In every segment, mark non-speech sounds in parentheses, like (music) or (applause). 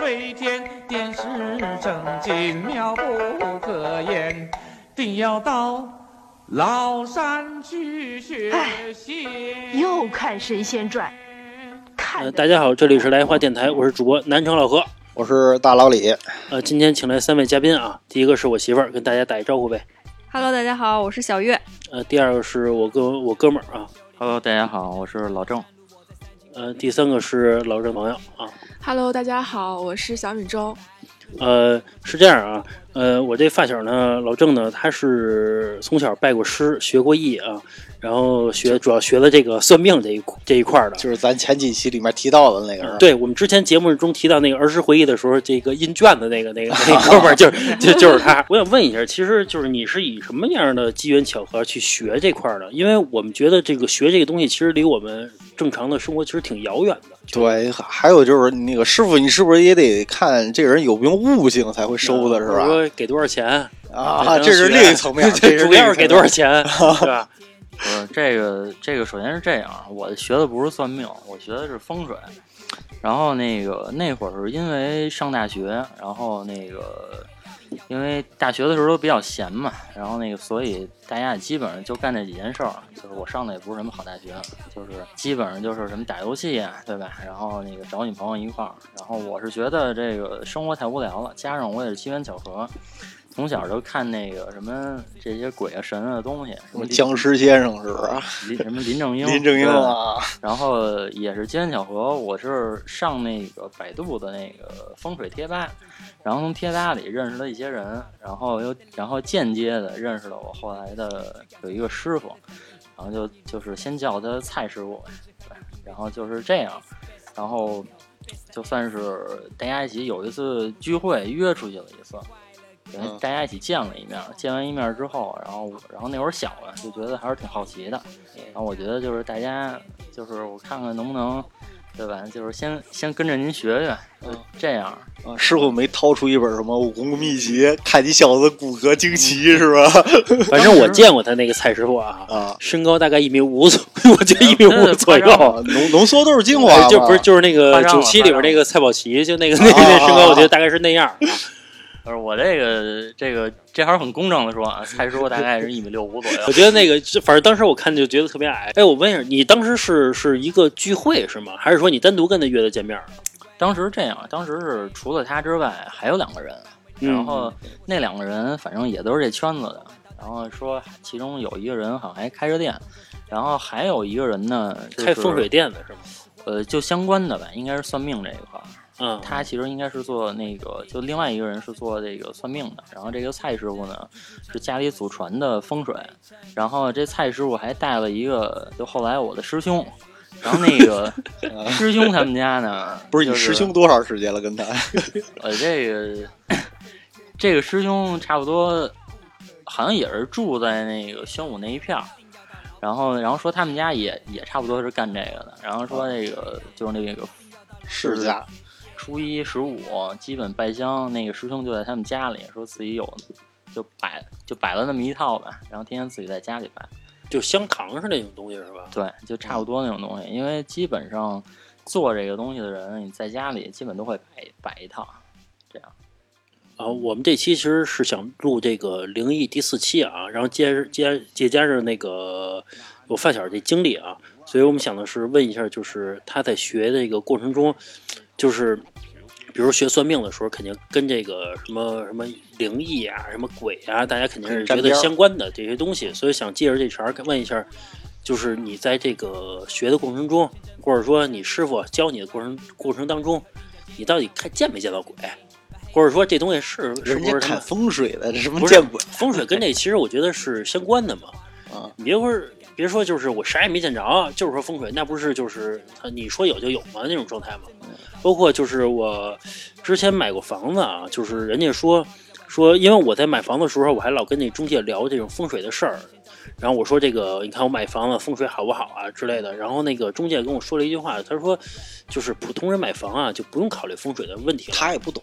为天，点石成金，妙不可言。定要到崂山去学习。又看《神仙传》，看呃，得大家好，这里是来花电台，我是主播南城老何。我是大老李，呃，今天请来三位嘉宾啊，第一个是我媳妇儿，跟大家打一招呼呗。 Hello，大家好，我是小 (laughs) 月。呃，第二个是我哥我哥们儿啊， Hello，大家好，我是老郑。呃，第三个是老郑朋友啊。 Hello，大家好，我是小米粥。呃，是这样啊，呃，我这发小呢，老郑呢，他是从小拜过师，学过艺啊，然后学主要学的这个算命这一这一块儿的。就是咱前几期里面提到的那个人，，对我们之前节目中提到那个儿时回忆的时候，这个印卷的那个 (laughs) 那个那个哥们儿就是就就是他。 (laughs) 我想问一下，其实就是你是以什么样的机缘巧合去学这块儿的？因为我们觉得这个学这个东西，其实离我们正常的生活其实挺遥远的。对，还有就是那个师傅，你是不是也得看这个人有没有悟性才会收的，是或者吧？说给多少钱？啊， (laughs) 对这是另一层面，这是主另一层要是面给多少？ (laughs) 钱，对吧？不是这个这个，首先是这样，啊我学的不是算命，我学的是风水。然后那个那会儿是因为上大学，然后那个因为大学的时候都比较闲嘛，然后那个所以大家也基本上就干这几件事儿。就是我上的也不是什么好大学，就是基本上就是什么打游戏啊，对吧？然后那个找女朋友一块儿。然后我是觉得这个生活太无聊了，加上我也是机缘巧合。从小就看那个什么这些鬼啊神啊的东西，什什么么僵尸先生是嗯吧？林什么林正英， (laughs) 林正英啊，对，然后也是机缘巧合，我是上那个百度的那个风水贴吧，然后从贴吧里认识了一些人，然后又然后间接的认识了我后来的有一个师傅，然后就就是先叫他蔡师傅，对，然后就是这样，然后就算是大家一起有一次聚会约出去了一次，等嗯于大家一起见了一面，见完一面之后，然后我然后那会儿小啊，就觉得还是挺好奇的，嗯然后我觉得就是大家就是我看看能不能。对吧？就是先先跟着您学学，就嗯这样。啊师傅没掏出一本什么武功秘籍，看你小子骨骼惊奇是吧？反正我见过他那个蔡师傅啊，啊，身高大概一米五左， (laughs) 我觉得一米五左 (laughs) 夸张右。啊浓浓缩都是精华嘛，哎就不是就是那个夸张九了七夸里边张那个蔡宝奇，就那个啊那个那啊身高，我啊觉得大概是那样儿。而我这个这个这还是很公正的说啊，蔡师傅大概是一米六五左右我。觉得那个，就反正当时我看就觉得特别矮。哎，我问一下，你当时是是一个聚会是吗？还是说你单独跟他约的见面儿？当时这样，当时是除了他之外还有两个人，嗯然后那两个人反正也都是这圈子的。然后说其中有一个人好像还开着店，然后还有一个人呢、就是、开风水店的是吗？呃就相关的吧，应该是算命这一块儿。嗯，他其实应该是做那个，就另外一个人是做这个算命的，然后这个蔡师傅呢是家里祖传的风水，然后这蔡师傅还带了一个，就后来我的师兄，然后那 (laughs) 个师兄他们家呢，不是你就师兄，多少时间了？跟他呃，这个 (coughs) 这个师兄差不多好像也是住在那个宣武那一片儿。然后，然后说他们家也也差不多是干这个的。然后说这个就是那个世家初一十五基本拜香，那个师兄就在他们家里，说自己有就摆就摆了那么一套吧，然后天天自己在家里摆，就香糖是那种东西是吧？对，就差不多那种东西。因为基本上做这个东西的人，你在家里基本都会摆摆一套。啊，我们这期其实是想录这个灵异第四期啊，然后接接接加上那个我发小这经历啊，所以我们想的是问一下，就是他在学这个过程中，就是比如学算命的时候，肯定跟这个什么什么灵异啊、什么鬼啊，大家肯定是觉得相关的这些东西，所以想借着这茬儿问一下，就是你在这个学的过程中，或者说你师傅教你的过程过程当中，你到底看见没见到鬼？或者说这东西是是人不家是他看们风水的，这什么不是见鬼风水跟这其实我觉得是相关的嘛？啊？你别说别说，就是我啥也没见着，就是说风水，那不是就是他你说有就有吗？那种状态吗？嗯包括就是我之前买过房子啊，就是人家说说，因为我在买房的时候，我还老跟那中介聊这种风水的事儿。然后我说这个，你看我买房子风水好不好啊之类的。然后那个中介跟我说了一句话，他说就是普通人买房啊就不用考虑风水的问题了。他也不懂，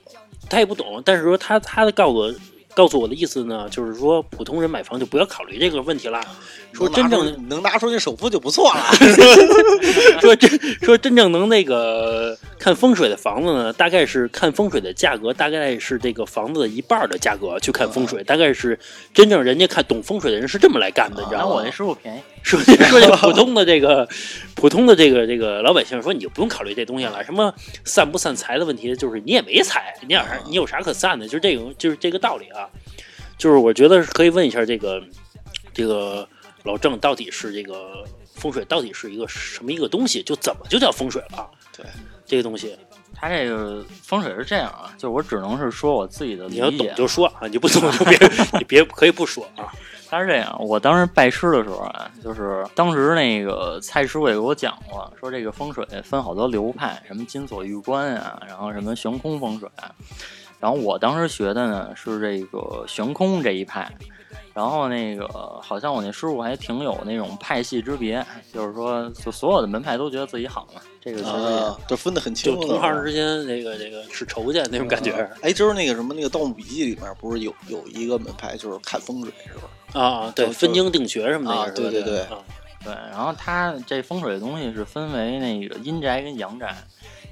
他也不懂，但是说他他的告诉我告诉我的意思呢，就是说普通人买房就不要考虑这个问 (laughs) 题啦。说真正能拿出能拿出那首付就不 (laughs) 错了。说真说真正能那个看风水的房子呢，大概是看风水的价格，大概是这个房子的一半儿的价格去看啊风水，大概是真正人家看懂风水的人是这么来干的，你知然道后吗？啊我那师傅便宜， (laughs) 说说这普通的这个普通的这个这个老百姓说你就不用考虑这东西了，什么散不散财的问题，就是你也没财，你有啊啥你有啥可散的，就是这种就是这个道理啊。就是我觉得可以问一下这个这个老郑到底是这个风水到底是一个什么一个东西，就怎么就叫风水了？对，这个东西他这个风水是这样啊，就我只能是说我自己的你要理懂解。就说啊，你不懂 (laughs) 就别你别可以不说啊。他是这样，我当时拜师的时候啊，就是当时那个蔡师傅也给我讲过，说这个风水分好多流派，什么金锁玉关啊，然后什么悬空风水啊、然后我当时学的呢是这个悬空这一派，然后那个好像我那师傅还挺有那种派系之别，就是说就所有的门派都觉得自己好嘛，这个其实也、啊，这分得很清就楚的。啊同行之间那个那个是仇家那种感觉哎，就是那个什么，那个《盗墓笔记》里面不是有有一个门派，就是看风水，是吧？啊，对，分经定学什么啊的也是，对对对啊对，然后它这风水的东西是分为那个阴宅跟阳宅，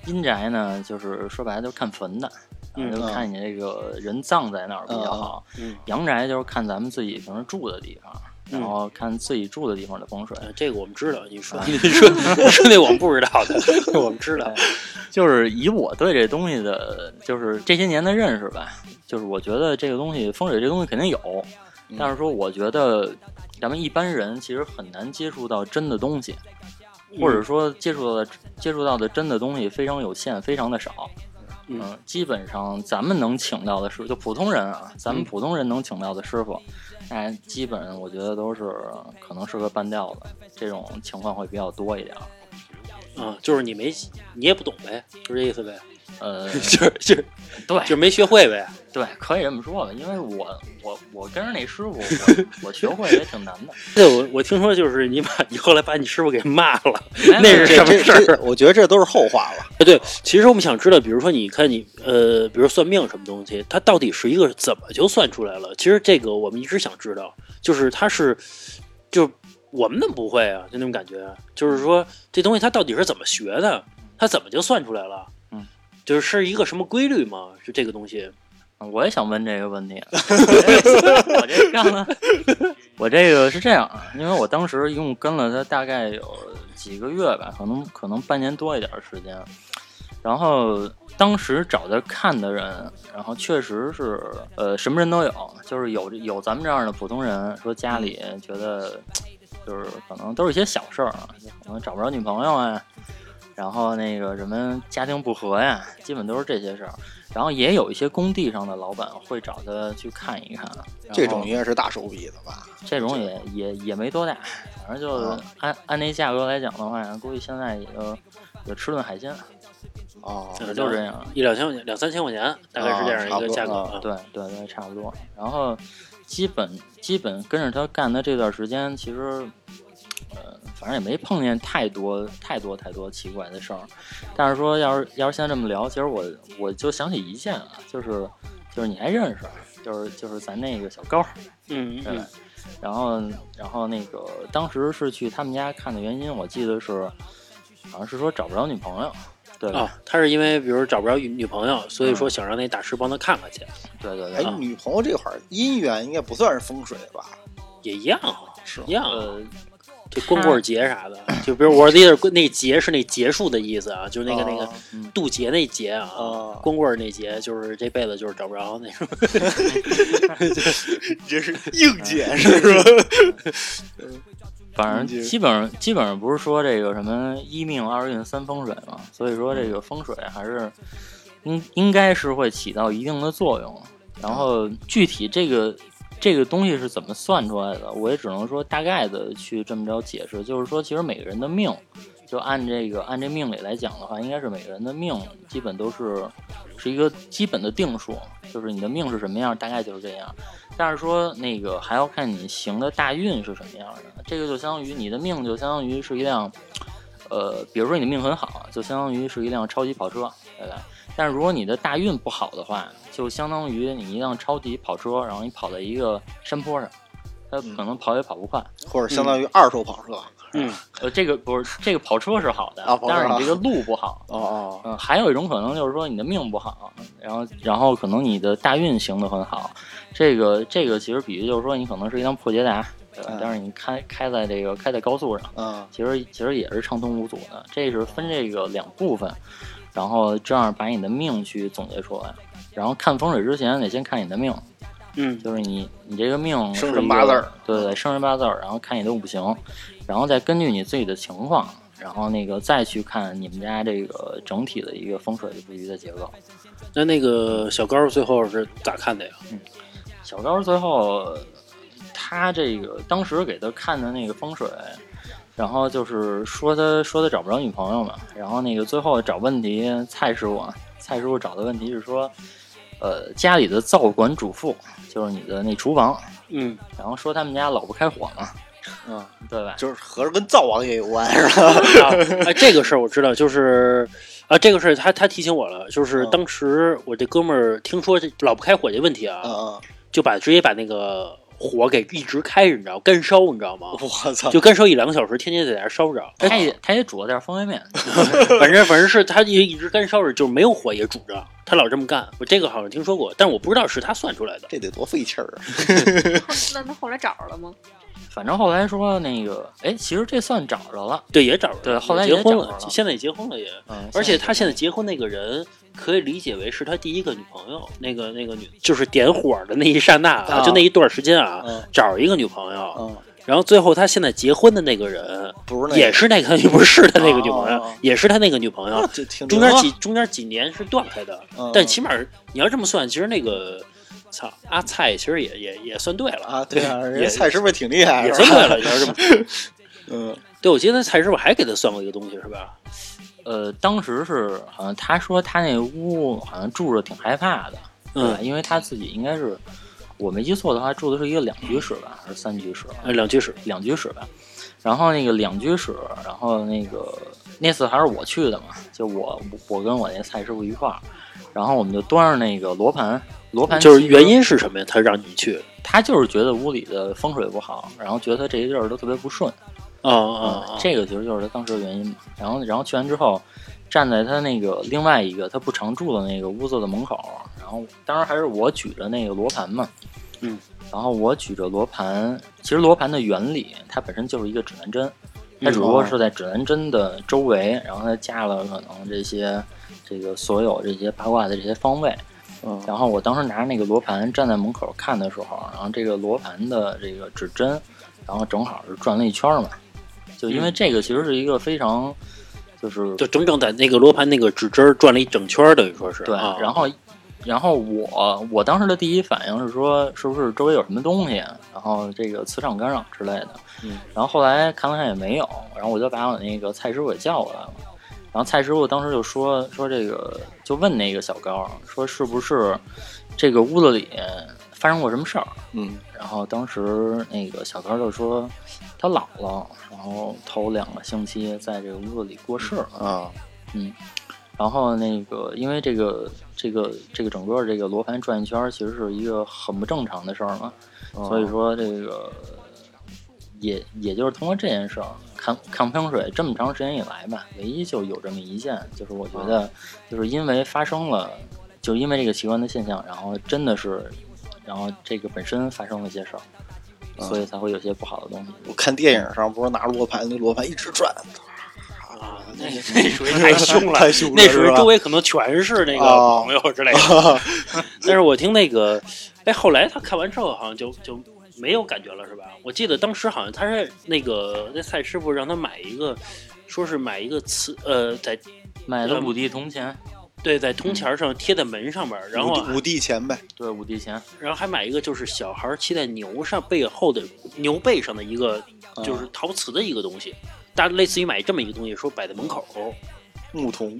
阴宅呢就是说白了就是看坟的，啊嗯就看你这个人葬在哪儿比较好；嗯。阳宅就是看咱们自己平时住的地方，然嗯后看自己住的地方的风水。呃，这个我们知道，你说你说你说那我们不知道的， (laughs) 我们知道。就是以我对这东西的，就是这些年的认识吧，就是我觉得这个东西风水这东西肯定有，嗯但是说我觉得咱们一般人其实很难接触到真的东西，或嗯者说接触到的接触到的真的东西非常有限，非常的少。嗯基本上咱们能请到的师傅，就普通人啊，咱嗯们普通人能请到的师傅，哎，基本上我觉得都是可能是个半吊子，这种情况会比较多一点儿。啊，就是你没你也不懂呗，就这意思呗，呃， (laughs) 就是就是哎对，就是没学会呗。对，可以这么说吧，因为我我我跟着那师傅， (laughs) 我我学会也挺难的。对，我我听说就是你把你后来把你师傅给骂了，那没有是什么这没有这事儿这，我觉得这都是后话了。哎，对，其实我们想知道，比如说，你看你，呃，比如算命什么东西，它到底是一个怎么就算出来了？其实这个我们一直想知道，就是它是，就我们怎么不会啊？就那种感觉，就是说这东西它到底是怎么学的？它怎么就算出来了？嗯，就是是一个什么规律吗？是这个东西？我也想问这个问题， (laughs) 我这样呢，我这个是这样啊，因为我当时一共跟了他大概有几个月吧，可能可能半年多一点儿时间。然后当时找他看的人，然后确实是呃什么人都有，就是有有咱们这样的普通人，说家里觉得就是可能都是一些小事儿啊，可能找不着女朋友啊，然后那个什么家庭不和呀、基本都是这些事儿。然后也有一些工地上的老板会找他去看一看，啊然后这种应该是大手笔的吧？这种也也也没多大，反正就是啊按按那价格来讲的话，估计现在也就也吃顿海鲜，哦，也就这样。一两千块钱，两三千块钱，大概是这样一个价格。啊差不对对对，差不多。然后基本基本跟着他干的这段时间，其实呃，反正也没碰见太多太多太多奇怪的事儿。但是说要是要是现在这么聊，其实我我就想起一件啊，就是就是你还认识，就是就是咱那个小高，嗯对嗯，然后，然后那个当时是去他们家看的原因，我记得是，好像是说找不着女朋友，对嗯吧？啊，他是因为比如找不着女女朋友，所以说想让那大师帮他看看去，对对哎对，，女朋友这块儿姻缘应该不算是风水吧？也一样啊，是一样啊。呃，就光棍节啥的，就比如我的意思，那节是那结束的意思啊，就是那个、那哦个渡劫那劫啊，哦光棍那劫就是这辈子就是找不着那种。这是硬件是吧？反正基本上基本上不是说这个什么一命二运三风水嘛，所以说这个风水还是应应该是会起到一定的作用。然后具体这个这个东西是怎么算出来的，我也只能说大概的去这么着解释，就是说其实每个人的命，就按这个按这命理来讲的话，应该是每个人的命基本都是是一个基本的定数，就是你的命是什么样，大概就是这样。但是说那个还要看你行的大运是什么样的，这个就相当于你的命就相当于啊是一辆，呃，比如说你的命很好，就相当于是一辆超级跑车，对吧？但是如果你的大运不好的话，就相当于你一辆超级跑车，然后你跑在一个山坡上，它嗯可能跑也跑不快。 (laughs) 或者相当于二手跑车。嗯，呃，这个不是这个跑车是好的，啊跑车但是啊你这个路不好。哦哦，嗯，还有一种可能就是说你的命不好，然后然后可能你的大运行得很好，这个这个其实比喻就是说你可能是一辆破捷达，对吧嗯但是你开开在这个开在高速上，哦嗯其实其实也是畅通无阻的。这是分这个两部分，然后这样把你的命去总结出来。然后看风水之前得先看你的命，嗯就是你你这个命生是辰一八个字儿对对，生辰八字儿，然后看你的五行，然后再根据你自己的情况，然后那个再去看你们家这个整体的一个风水布局的结构。那那个小高最后是咋看的呀？小高最后他这个当时给他看的那个风水，然后就是说他说他找不着女朋友嘛，然后那个最后找问题蔡师傅，啊，蔡师傅找的问题是说，呃，家里的灶管主妇就是你的那厨房，嗯，然后说他们家老不开火嘛，嗯，对吧？就是合着跟灶王爷有关 (laughs) 是 (laughs) 吧？啊，哎，这个事儿我知道，就是啊，这个事儿他他提醒我了，就是嗯当时我这哥们儿听说这老不开火这问题啊，嗯就把直接把那个火给一直开着，你知道，干烧，你知道吗嗯，？我操，就干烧一两个小时，天天在那儿烧着，他也他也煮了点方便面，反正反正是他也一直干烧着，就是没有火也煮着，他老这么干。我这个好像听说过，但我不知道是他算出来的。这得多费气儿啊！那他后来找着了吗？反正后来说那个，哎，其实这算找着了，对，也找着了，对后来也也结婚找着了现在也结婚了也。嗯，而且他现在在结婚那个人，可以理解为是他第一个女朋友，那个那个女就是点火的那一刹那啊，啊就那一段时间啊，嗯找一个女朋友，嗯，然后最后他现在结婚的那个人，不是那个也是那个 (laughs) 不是他那个女朋友，哦哦哦也是他那个女朋友 (laughs) 啊，这挺中间牛啊几中间几年是断开的，嗯但起码你要这么算，其实那个操阿蔡其实也也也算对了 (laughs) 啊，对啊，人也家蔡师傅挺厉害也是算吧？对了，你要这么说嗯对，我记得蔡师傅还给他算过一个东西是吧？呃，当时是好像他说他那屋好像住着挺害怕的，对吧嗯，因为他自己应该是我没记错的话，住的是一个两居室吧，还是三居室？啊呃两居室，两居室吧。然后那个两居室，然后那个那次还是我去的嘛，就我我跟我那蔡师傅一块儿，然后我们就端着那个罗盘，罗盘就是其实原因是什么呀？他让你去他就是觉得屋里的风水不好，然后觉得他这些地儿都特别不顺，啊嗯啊，啊这个其实就是他当时的原因嘛。然后，然后去完之后，站在他那个另外一个他不常住的那个屋子的门口，然后当然还是我举着那个罗盘嘛，嗯，然后我举着罗盘，其实罗盘的原理它本身就是一个指南针，它嗯只不过是在指南针的周围，然后它加了可能这些这个所有这些八卦的这些方位，啊嗯然后我当时拿着那个罗盘站在门口看的时候，然后这个罗盘的这个指针，然后正好是转了一圈儿嘛，就因为这个其实是一个非常，就是就整整在那个罗盘那个指针儿转了一整圈儿，等于说是对，啊然后然后我我当时的第一反应是说，是不是周围有什么东西，然后这个磁场干扰之类的。嗯，然后后来看了看也没有，然后我就把我那个蔡师傅给叫过来了。然后蔡师傅当时就说说这个，就问那个小高说是不是这个屋子里发生过什么事儿？嗯，然后当时那个小高就说他姥姥，然后头两个星期在这个屋子里过世了。嗯啊，然后那个，因为这个这个这个整个这个罗盘转一圈儿，其实是一个很不正常的事儿嘛，所以说这个也也就是通过这件事儿，看看风水这么长时间以来吧，唯一就有这么一件，就是我觉得就是因为发生了，就是因为这个奇观的现象，然后真的是，然后这个本身发生了一些事儿，所以才会有些不好的东西。我看电影上不是拿罗盘，那罗盘一直转，啊， (laughs) 那那属于太凶了， (laughs) 太凶了那属是于吧周围可能全是那个 (laughs) 哦朋友之类的。 (laughs) 但是我听那个，哎，后来他看完之后好像就就没有感觉了，是吧？我记得当时好像他是那个那蔡师傅让他买一个，说是买一个磁呃，在买的五帝铜钱，对在铜钱上贴在门上面，然后五帝五帝钱呗，对五帝钱，然后还买一个就是小孩骑在牛上背后的牛背上的一个嗯就是陶瓷的一个东西，大类似于买这么一个东西，说摆在门口。牧童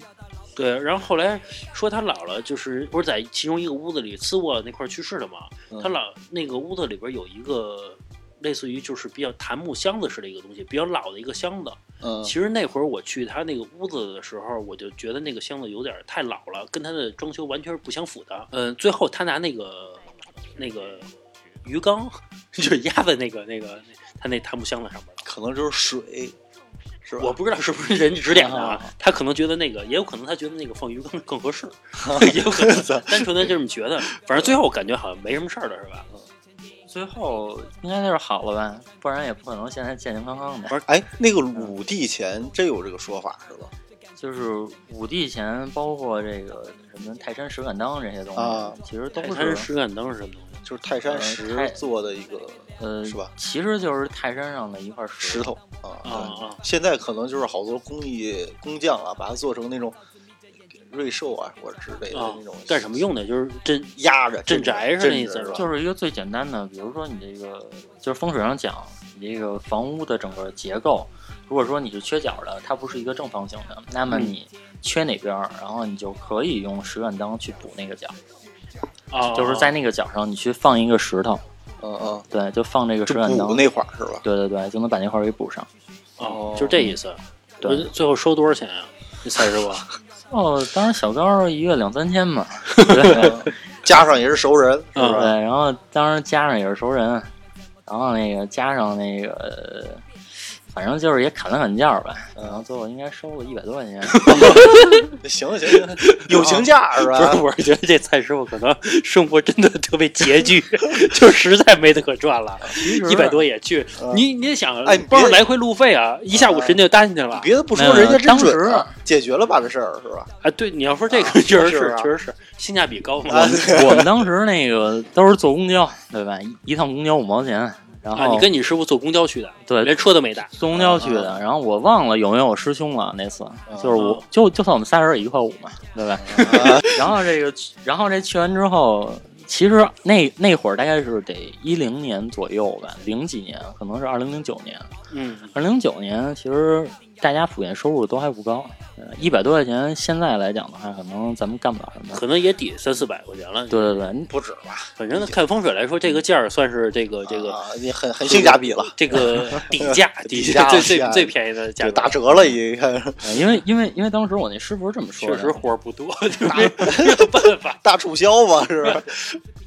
对，然后后来说他姥姥就是不是在其中一个屋子里次卧那块儿去世的嘛？嗯他姥那个屋子里边有一个类似于就是比较檀木箱子似的一个东西，比较老的一个箱子。嗯其实那会儿我去他那个屋子的时候，我就觉得那个箱子有点太老了，跟他的装修完全是不相符的。嗯，最后他拿那个那个鱼缸 (laughs) 就压在那个那个他那檀木箱子上面了。可能就是水，是吧？我不知道是不是人指点的啊啊，他可能觉得那个，也有可能他觉得那个放鱼缸更合 (laughs) 适，也有可能单纯的这么觉得。反正最后感觉好像没什么事儿了，是吧？最后应该就是好了吧，不然也不可能现在健健康康的。哎，那个鲁地钱真有这个说法是吧？就是五帝钱，包括这个什么泰山石敢当这些东西，啊其实都泰山是石敢当是什么东西？就是泰山呃石泰做的一个呃，是吧？其实就是泰山上的一块石石头啊。啊对啊！现在可能就是好多工艺工匠啊，把它做成那种瑞兽啊或者之类的啊那种，干什么用的？就是镇压着镇宅是镇那意着思是吧就是一个最简单的，比如说你这个就是风水上讲，你这个房屋的整个结构，如果说你是缺角的，它不是一个正方形的，那么嗯你缺哪边儿，然后你就可以用石敢当去补那个角，啊，就是在那个角上你去放一个石头，嗯嗯，对，就放这个石就敢当补，那块儿是吧？对对对，就能把那块儿给补上。哦，就是这意思。对我最后收多少钱啊？那蔡师傅哦，当时小高一月两三千 (laughs) 嘛，对加上也是熟人，是 (laughs) 嗯 (laughs) 吧？对，然后当时加上也是熟人，然后那个加上那个，反正就是也砍了砍价儿吧，嗯然后最后应该收了一百多 (laughs) 块钱。行行行，友情价是啊不是，吧？我是觉得这蔡师傅可能生活真的特别拮据， (laughs) 就实在没得可赚了，一百多也去嗯。你你也想，哎包别着来回路费啊，一下午时间就搭进去了。别的不说，人家真准啊，解决了吧这事儿是吧？啊，对，你要说这个啊确实是是啊，确实是性价比高嘛。啊，我们当时那个都是坐公交，对吧？一一趟公交五毛钱，然啊，后你跟你师傅坐公交去的，对连车都没搭。坐公交去嗯的。然后我忘了有没有师兄了，那次就是我就就算我们仨人也一块五嘛，对吧？嗯 (laughs) 然后这个，然后这去完之后。其实那那会儿大概是得一零年左右吧，零几年，可能是二零零九年。嗯，二零零九年，其实大家普遍收入都还不高，呃一百多块钱，现在来讲的话，可能咱们干不了什么。可能也抵三四百块钱了。对，对对，你不止吧？反正看风水来说，这个价儿算是这个这个啊，你很很性价比了，这个 (laughs) 底价底底价最底最价最便宜的价就格。打折了一看，呃因为因为因为当时我那师傅是这么说确的，实活儿不多，就没没有办法。 (laughs) 大促销嘛是吧？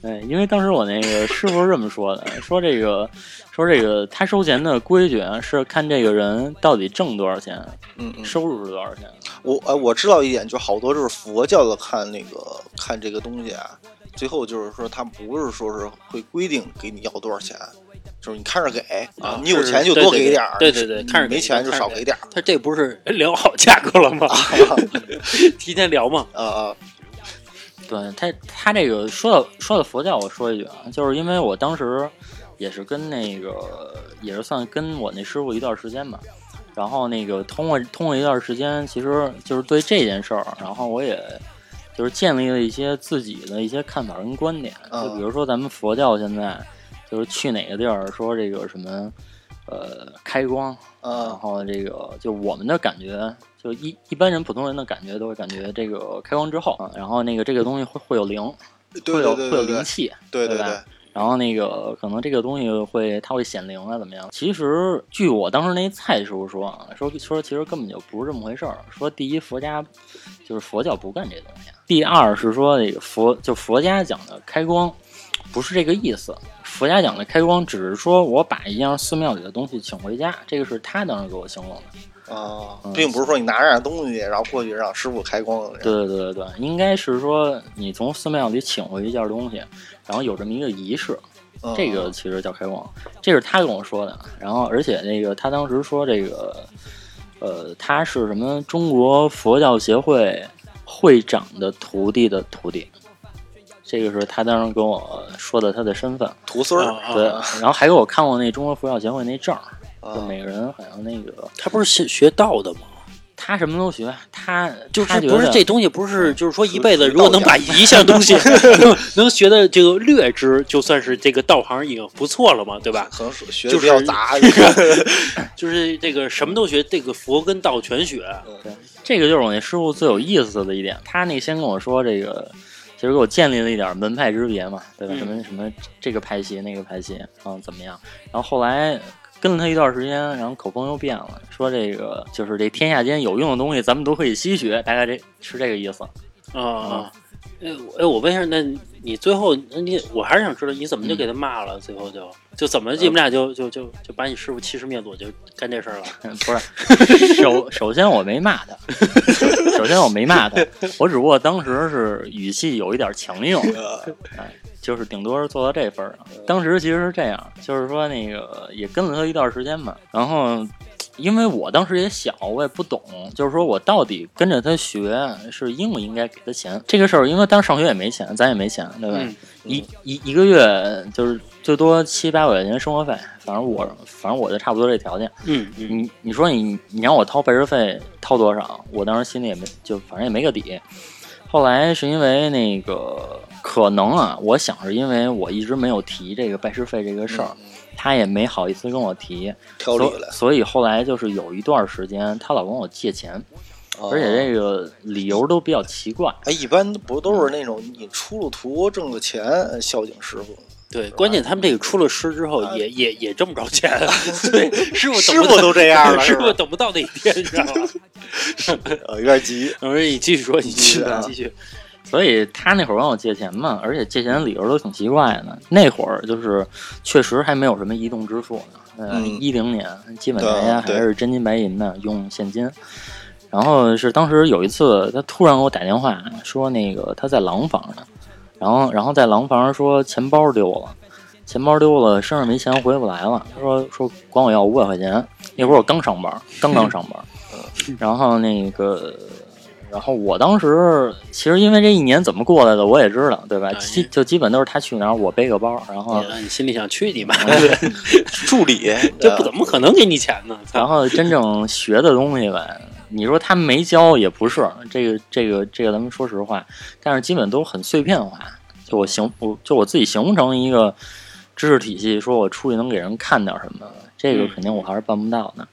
对，因为当时我那个师傅是这么说的，说这个说这个他收钱的规矩啊是看这个人到底挣多少钱，嗯嗯。收入是多少钱。我哎，我知道一点，就好多就是佛教的看那个看这个东西啊，最后就是说他不是说是会规定给你要多少钱，就是你看着给啊你有是钱就是多对给对点儿，对对对看着给没钱就看着少给给点儿他这不是聊好价格了吗？ (laughs) 提前聊嘛。啊啊，对他他这个说到说到佛教，我说一句啊，就是因为我当时也是跟那个也是算跟我那师傅一段时间吧，然后那个通过通过一段时间，其实就是对这件事儿，然后我也就是建立了一些自己的一些看法跟观点，嗯就比如说咱们佛教现在就是去哪个地儿说这个什么呃开光，然嗯后这个就我们的感觉，就一一般人普通人的感觉都会感觉这个开光之后，啊，然后那个这个东西会会有灵，对对会有对会有对灵对气，对对对吧然后那个可能这个东西会它会显灵啊怎么样？其实据我当时那蔡师傅说啊，说说其实根本就不是这么回事儿。说第一佛家就是佛教不干这东西，啊第二是说那个佛就佛家讲的开光不是这个意思，佛家讲的开光只是说我把一样寺庙里的东西请回家，这个是他当时给我形容的。啊嗯，并不是说你拿着点东西然后过去让师傅开光的，对对对对对，应该是说你从寺庙里请回一件东西，然后有这么一个仪式，嗯这个其实叫开光，这是他跟我说的。然后，而且那个他当时说这个，呃，他是什么中国佛教协会会长的徒弟的徒弟，这个是他当时跟我说的他的身份。徒孙儿啊对，然后还给我看过那中国佛教协会那证儿，就啊每个人好像那个他不是学学道的吗？他什么都学，他就是他觉不是得这东西，不是就是说一学辈子学如果道能家把一项东西能能学的这个略知，就算是这个道行已经不错了嘛，对吧？可能是学就是的比较杂，就是这个什么都学，这个佛跟道全学。啊这个就是我那师傅最有意思的一点，他那先跟我说这个，其实给我建立了一点门派之别嘛，对吧？嗯什么什么这个派系那个派系，嗯，怎么样？然后后来跟了他一段时间，然后口风又变了，说这个就是这天下间有用的东西，咱们都可以吸取，大概这是这个意思。啊啊！哎我哎，我问一下，那你最后，那你我还是想知道你怎么就给他骂了？最后就就怎么你们俩就就就就把你师傅欺师灭祖，就干这事儿了？ (laughs) 不是，首 (laughs) 首先我没骂他，首先我没骂他，我只不过当时是语气有一点强硬，哎，就是顶多是做到这份儿上。当时其实是这样，就是说那个也跟了他一段时间嘛，然后。因为我当时也小，我也不懂，就是说我到底跟着他学是应不应该给他钱这个事儿，因为当时上学也没钱，咱也没钱，对吧？嗯一一一个月就是最多七八百块钱生活费，反正我反正我就差不多这条件。嗯嗯你你说你你让我掏背时费掏多少？我当时心里也没就反正也没个底。后来是因为那个可能啊，我想是因为我一直没有提这个拜师费这个事儿，他也没好意思跟我提，挑理所了，所以后来就是有一段时间，他老管我借钱，哦而且个。这个理由都比较奇怪。哎，一般不都是那种你出了图挣了钱孝敬师傅吗？对，关键他们这个出了师之后也，也也挣不着钱，对，师傅师傅都这样了 (laughs) 师是吧傅等不到那一天，你知道吗？呃，有点急。我说你继续说，你继续是啊继续，所以他那会儿管我借钱嘛，而且借钱的理由都挺奇怪的。那会儿就是确实还没有什么移动支付呢，呃，嗯一零、年基本大家对还是真金白银的用现金。然后是当时有一次，他突然给我打电话说那个他在廊坊呢，然后然后在廊坊说钱包丢了，钱包丢了，身上没钱回不来了。他说说管我要五百块钱，那会儿我刚上班，刚刚上班，然后那个。然后我当时其实因为这一年怎么过来的，我也知道，对吧？哎基就基本都是他去哪儿，我背个包，然啊后你心里想去你妈， (laughs) 助理，这不怎么可能给你钱呢？ (laughs) 然操，啊后真正学的东西呗，你说他没教也不是，这个这个这个，咱们说实话，但是基本都很碎片化。就我形，我就我自己形不成一个知识体系，说我出去能给人看点什么，这个嗯肯定我还是办不到的。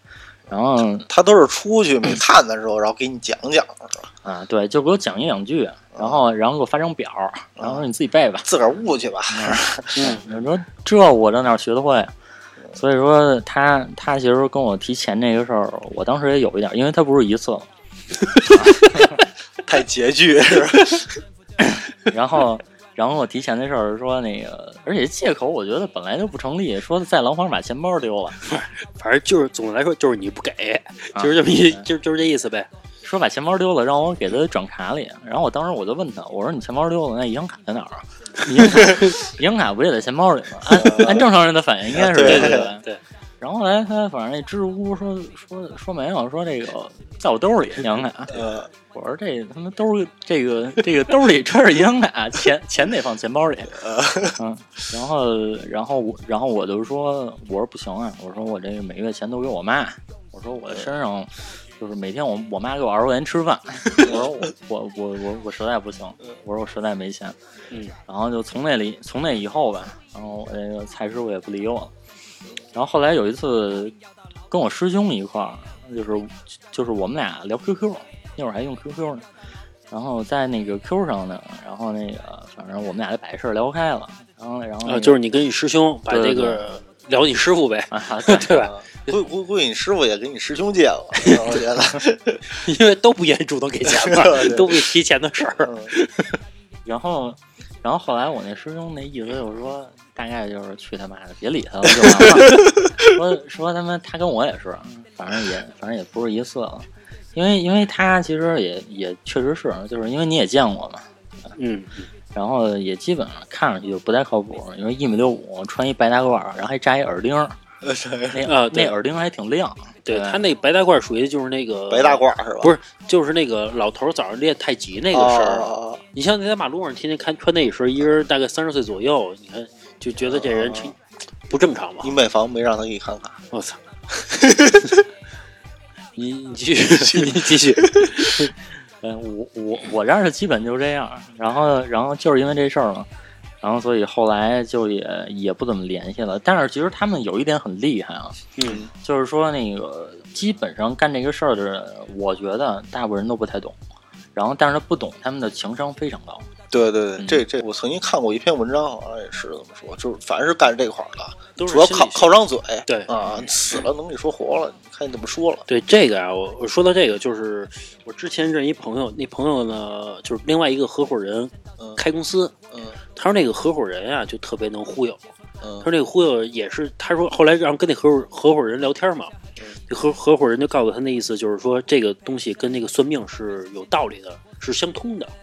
然后他都是出去没看的时候，然后给你讲讲，是吧啊，对，就给我讲一两句，然后然后给我发张表，然后说你自己背吧。 (laughs) 自个儿悟去吧。嗯，你说这我这哪学得会啊？所以说他他其实跟我提钱这个事儿，我当时也有一点，因为他不是一次，太拮据，是吧？然后然后我提钱的事儿说那个，而且借口我觉得本来就不成立，说在廊坊把钱包丢了，反正就是总的来说就是你不给，啊就是这么一，就就是这意思呗。说把钱包丢了，让我给他转卡里。然后我当时我就问他，我说你钱包丢了，那银行卡在哪儿啊？银行卡 (laughs) 银行卡不也在钱包里吗？按按正常人的反应应该是对这对个。对对，然后后来他反正那支支吾吾说说说没有，说这个在我兜里银行卡。呃，我说这他妈兜儿这个这个兜里揣着银行卡，钱钱得放钱包里。嗯，然后然后我然后我就说我说不行啊，我说我这个每月钱都给我妈，我说我身上就是每天我我妈给我二十块钱吃饭，我说我 (laughs) 我我我我实在不行，我说我实在没钱。嗯，然后就从那里从那以后吧，然后我那个蔡师傅也不理我了。然后后来有一次跟我师兄一块儿，就是就是我们俩聊 QQ，那会儿还用 QQ 呢。然后在那个 Q 上呢，然后那个反正我们俩就把这事儿聊开了。然后然嗯后、那啊，个就是你跟你师兄把对这对，个聊你师傅呗啊，对对吧？估估估计你师傅也给你师兄借了，是吧我觉得。因为都不愿意主动给钱嘛对，对都不提钱的事儿。嗯然后，然后后来我那师兄那意思就是说，大概就是去他妈的，别理他了， (laughs) 就完了。说说他妈，他跟我也是，反正也反正也不是一次了，因为因为他其实也也确实是，就是因为你也见过嘛，嗯，然后也基本上看上去就不太靠谱，因为一米六五，穿一白大褂儿，然后还扎一耳钉儿，那、啊对那耳钉还挺亮，对吧他那白大褂属于就是那个白大褂是吧？不是，就是那个老头儿早上练太极那那个事儿。哦你像你在马路上天天看穿那时候，一人大概三十岁左右，你看就觉得这人哦不正常吧你？买房没让他给你看看？我操！ (laughs) 你你继续，你继续。嗯，我我我认识基本就这样，然后然后就是因为这事儿嘛，然后所以后来就也也不怎么联系了。但是其实他们有一点很厉害啊， (laughs) 嗯，就是说那个基本上干这个事儿的人，我觉得大部分人都不太懂，然后但是他不懂，他们的情商非常高，对对对，嗯这这我曾经看过一篇文章，好像也是怎么说，就是凡是干这块儿的，都是主要心理靠学靠张嘴，对啊，死了能给说活了，你看你怎么说了。对这个啊，我我说到这个，就是我之前认一朋友，那朋友呢就是另外一个合伙人嗯开公司，嗯他说那个合伙人啊就特别能忽悠，他说嗯那个忽悠也是，他说后来让跟那合伙合伙人聊天嘛嗯，那合合伙人就告诉他那意思就是说这个东西跟那个算命是有道理的，是相通的。嗯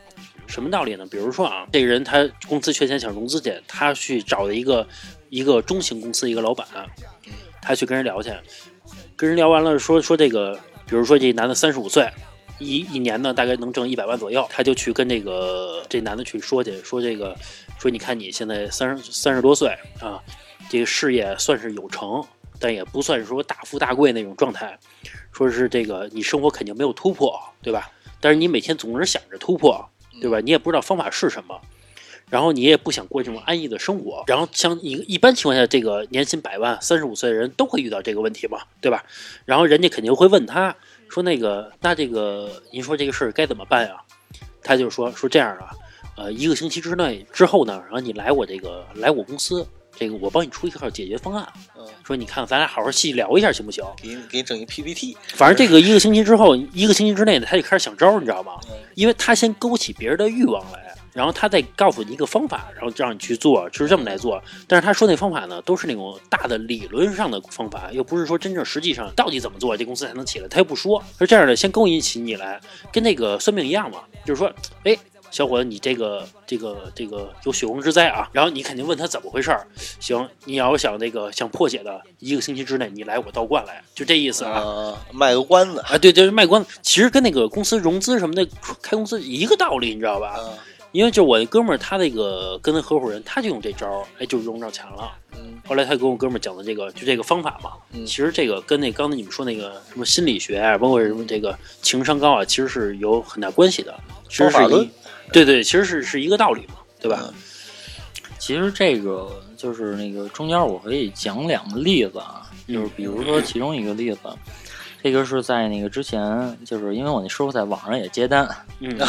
什么道理呢？比如说啊，这个人他公司缺钱想融资去，他去找了一个一个中型公司一个老板，嗯他去跟人聊去，跟人聊完了说说这个，比如说这男的三十五岁，一一年呢大概能挣一百万左右，他就去跟这个这男的去说去，说这个说你看你现在三十三十多岁啊，这个事业算是有成，但也不算是说大富大贵那种状态，说是这个你生活肯定没有突破，对吧？但是你每天总是想着突破，对吧？你也不知道方法是什么。然后你也不想过这种安逸的生活，然后像一一般情况下，这个年薪百万、三十五岁的人都会遇到这个问题嘛，对吧？然后人家肯定会问他说：“那个，那这个，您说这个事儿该怎么办呀？”他就说：“说这样啊，呃，一个星期之内之后呢，然后你来我这个来我公司，这个我帮你出一套解决方案。嗯，说你看，咱俩好好细聊一下行不行？给你给你整一 PPT，反正这个一个星期之后，一个星期之内呢，他就开始想招儿，你知道吗嗯？因为他先勾起别人的欲望来，然后他再告诉你一个方法，然后让你去做，就是这么来做。但是他说那方法呢，都是那种大的理论上的方法，又不是说真正实际上到底怎么做这公司才能起来，他又不说。是这样的，先勾引起你来，跟那个算命一样嘛，就是说，哎。小伙子，你这个这个这个有血光之灾啊！然后你肯定问他怎么回事儿。行，你要想那个想破解的，一个星期之内你来我道观来，就这意思啊。啊，卖个关子，啊，对，就是卖关子，其实跟那个公司融资什么的，开公司一个道理，你知道吧？啊，因为就是我哥们儿，他那个跟他合伙人，他就用这招儿，哎，就融着钱了。嗯后来他跟我哥们儿讲的这个，就这个方法嘛，嗯其实这个跟那刚才你们说那个什么心理学啊，包括什么这个情商高啊，其实是有很大关系的。其实方是法论一，对对，其实是是一个道理嘛，对吧？嗯其实这个就是那个中间我可以讲两个例子啊，嗯就是比如说其中一个例子，这个是在那个之前，就是因为我那师傅在网上也接单，嗯， (laughs) 然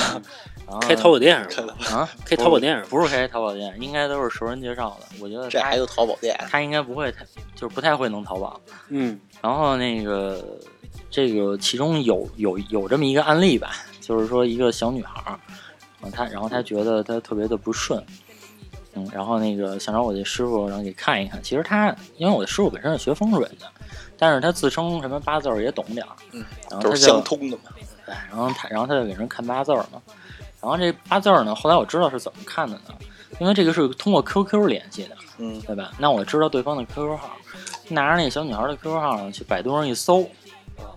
后开淘宝店是开吧？ (laughs) 啊，开淘宝店是吧？不是开淘宝店，应该都是熟人介绍的。我觉得这他还有淘宝店，他应该不会太，就是不太会弄淘宝。嗯然后那个这个其中有有有这么一个案例吧，就是说一个小女孩儿，啊，她然后她觉得她特别的不顺，嗯，然后那个想找我这师傅，然后给看一看。其实她因为我的师傅本身是学风水的，但是她自称什么八字儿也懂点儿，嗯，然后都她是就相通的嘛。对，然后他，然后他就给人看八字儿嘛。然后这八字儿呢，后来我知道是怎么看的呢，因为这个是通过 QQ 联系的，嗯对吧？那我知道对方的 QQ 号，拿着那小女孩的 QQ 号呢，去百度上一搜，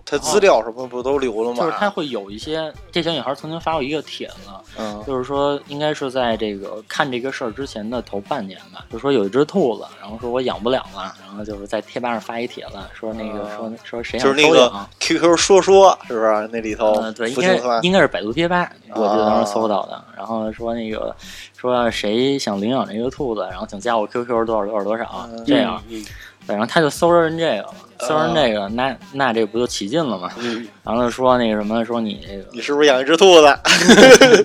他资料什么不都留了吗？就是他会有一些，这小女孩曾经发过一个帖子，嗯就是说应该是在这个看这个事儿之前的头半年吧，就说有一只兔子，然后说我养不了了，然后就是在贴吧上发一帖子，说那个、说说谁哦就是想那收个养。啊 QQ 说说，是不是那里头呃，对，不清应该哦是吧？哦应该是百度贴吧，我就当时搜到的。然后说那个说谁想领养这个兔子，然后请加我 QQ 多少多少多少、嗯这样。嗯对，然后他就搜着人这个了，搜着人这个，嗯那那这不就起劲了吗？嗯，然后就说那个什么，说你这个你是不是养一只兔子？ (laughs)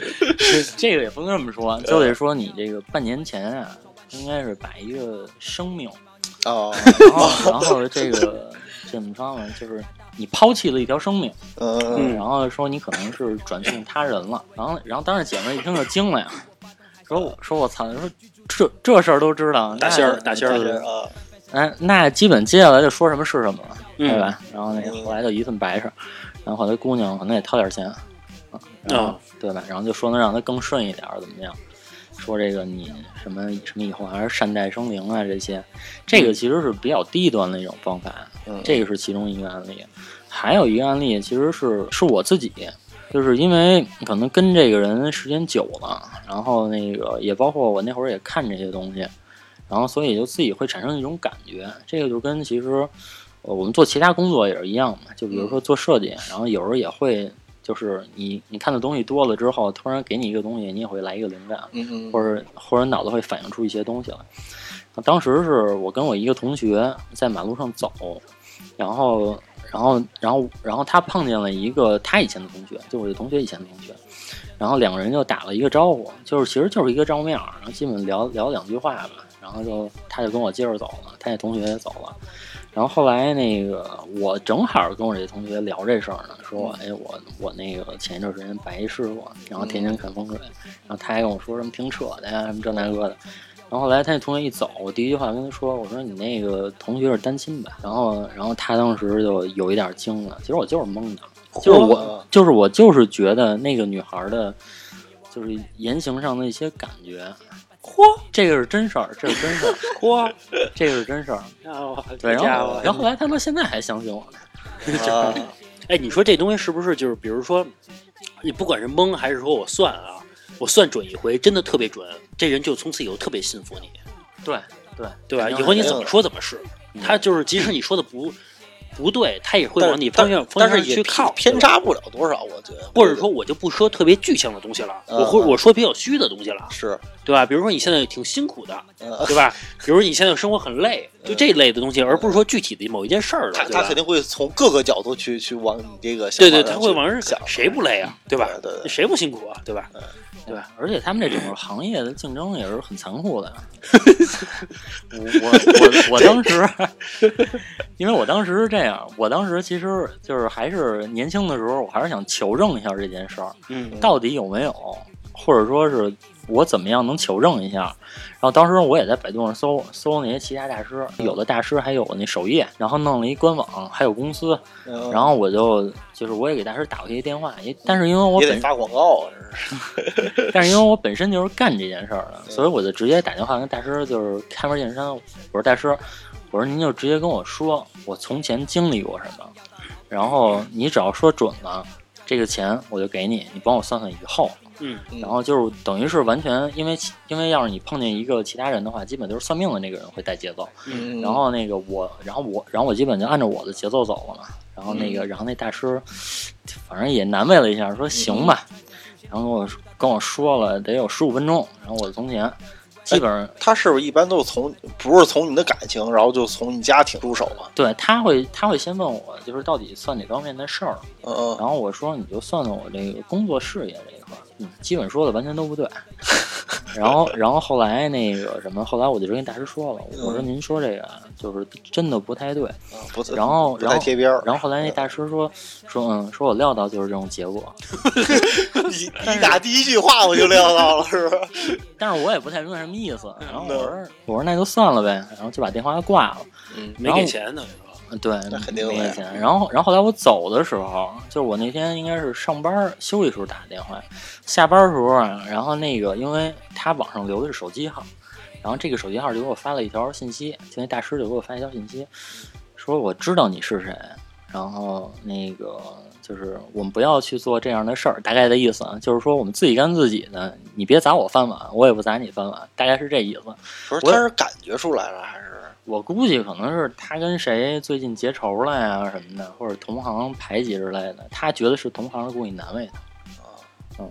这个也不能这么说，就得说你这个半年前啊，应该是把一个生命，哦，然 (laughs) 后然后这个这怎么说呢？就是你抛弃了一条生命。 (laughs) 嗯嗯然后说你可能是转送他人了，然后然后当时姐妹一听就惊了呀，说我说我操，说这这事儿都知道，大仙儿大仙就儿是啊，哎，那基本接下来就说什么是什么了，嗯对吧？然后那个嗯后来就一顿白事儿，然后后来姑娘可能也掏点钱，然后啊对吧？然后就说能让她更顺一点儿，怎么样？说这个你什么什么以后还是善待生灵啊这些，这嗯个其实是比较低端的一种方法，嗯这个是其中一个案例。还有一个案例其实是是我自己，就是因为可能跟这个人时间久了，然后那个也包括我那会儿也看这些东西，然后所以就自己会产生一种感觉，这个就跟其实呃我们做其他工作也是一样嘛，就比如说做设计，然后有时候也会就是你你看的东西多了之后，突然给你一个东西，你也会来一个灵感，嗯 (laughs) 或者或者脑子会反映出一些东西来。啊当时是我跟我一个同学在马路上走，然后然后然后然后他碰见了一个他以前的同学，就我的同学以前的同学，然后两个人就打了一个招呼，就是其实就是一个照面儿，然后基本聊聊两句话吧，然后就他就跟我接着走了，他那同学也走了，然后后来那个我正好跟我这同学聊这事儿呢，说我哎我我那个前一段时间拜一师傅，然后天天看风水，然后他还跟我说什么挺扯的呀，什么这那个的。然后后来他那同学一走，我第一句话跟他说：“我说你那个同学是单亲吧？”然后，然后他当时就有一点惊了。其实我就是懵的，就是我，就是我，就是觉得那个女孩的，就是言行上的一些感觉。嚯，这个是真事儿，这是真 (laughs) 事儿。嚯，这个是真事儿。对，这家然后伙，，然后后来他到现在还相信我呢。啊，哎，你说这东西是不是就是，比如说，你不管是蒙还是说我算啊，我算准一回，真的特别准，这人就从此以后特别信服你，对对对吧？肯定以后你是怎么说怎么是，他就是即使你说的不不对，他也会嗯但往你方向方但向是上也去靠，偏差不了多少，我觉得。或者说，我就不说特别具象的东西了，嗯我会嗯我说比较虚的东西了，是，对吧？比如说你现在挺辛苦的，嗯，对吧？比如你现在生活很累，就这类的东西，而不是说具体的某一件事儿他了，对他吧肯？定会从各个角度去去往你这个想对法对，上他会往这去想嗯想，，谁不累啊？对吧？对对对谁不辛苦啊？对吧？对，而且他们这整 (laughs) 个行业的竞争也是很残酷的。我我我我当时，因为我当时是这样，我当时其实就是还是年轻的时候，我还是想求证一下这件事儿嗯到底有没有，或者说是我怎么样能求证一下。然后当时我也在百度上搜搜那些其他大师，有的大师还有那首页，然后弄了一官网，还有公司，嗯然后我就就是我也给大师打过一些电话，也但是因为我也本得发广告，这是 (laughs) 但是因为我本身就是干这件事儿的，对所以我就直接打电话跟大师，就是开门见山，我说大师，我说您就直接跟我说我从前经历过什么，然后你只要说准了，这个钱我就给你，你帮我算算以后，嗯，然后就是等于是完全因为其因为要是你碰见一个其他人的话，基本就是算命的那个人会带节奏，嗯然后那个我，然后我，然后我基本就按照我的节奏走了嘛。然后嗯那个，然后那大师，反正也难为了一下，说行吧。嗯然后跟我跟我说了得有十五分钟。然后我从哎前基本上、他是不是一般都是从不是从你的感情，然后就从你家庭入手啊？对他会他会先问我，就是到底算哪方面的事儿。嗯嗯，然后我说你就算算我这个工作事业这一块儿，嗯，基本说的完全都 (laughs) 不对。然后，然后后来那个什么，后来我就直跟大师说了，我说嗯您说这个就是真的不太对。嗯不是，然后，不然太后贴边儿。嗯然后后来那大师说说嗯，说我料到就是这种结果，你你打第一句话我就料到了，是 (laughs) 吧？但是我也不太明白什么意思。然后我说我说那就算了呗，然后就把电话挂了。嗯没然后给钱呢，是吧？嗯对，那肯定的没呀给钱。然后然后后来我走的时候，就是我那天应该是上班儿休息时候打的电话，下班儿时候啊，然后那个因为他网上留的是手机号，然后这个手机号就给我发了一条信息，就那大师就给我发一条信息，说我知道你是谁，然后那个就是我们不要去做这样的事儿，大概的意思啊，就是说我们自己干自己的，你别砸我饭碗，我也不砸你饭碗，大概是这意思。不是，我他是感觉出来了还是？我估计可能是他跟谁最近结仇了呀什么的，或者同行排挤之类的，他觉得是同行故意难为他。嗯，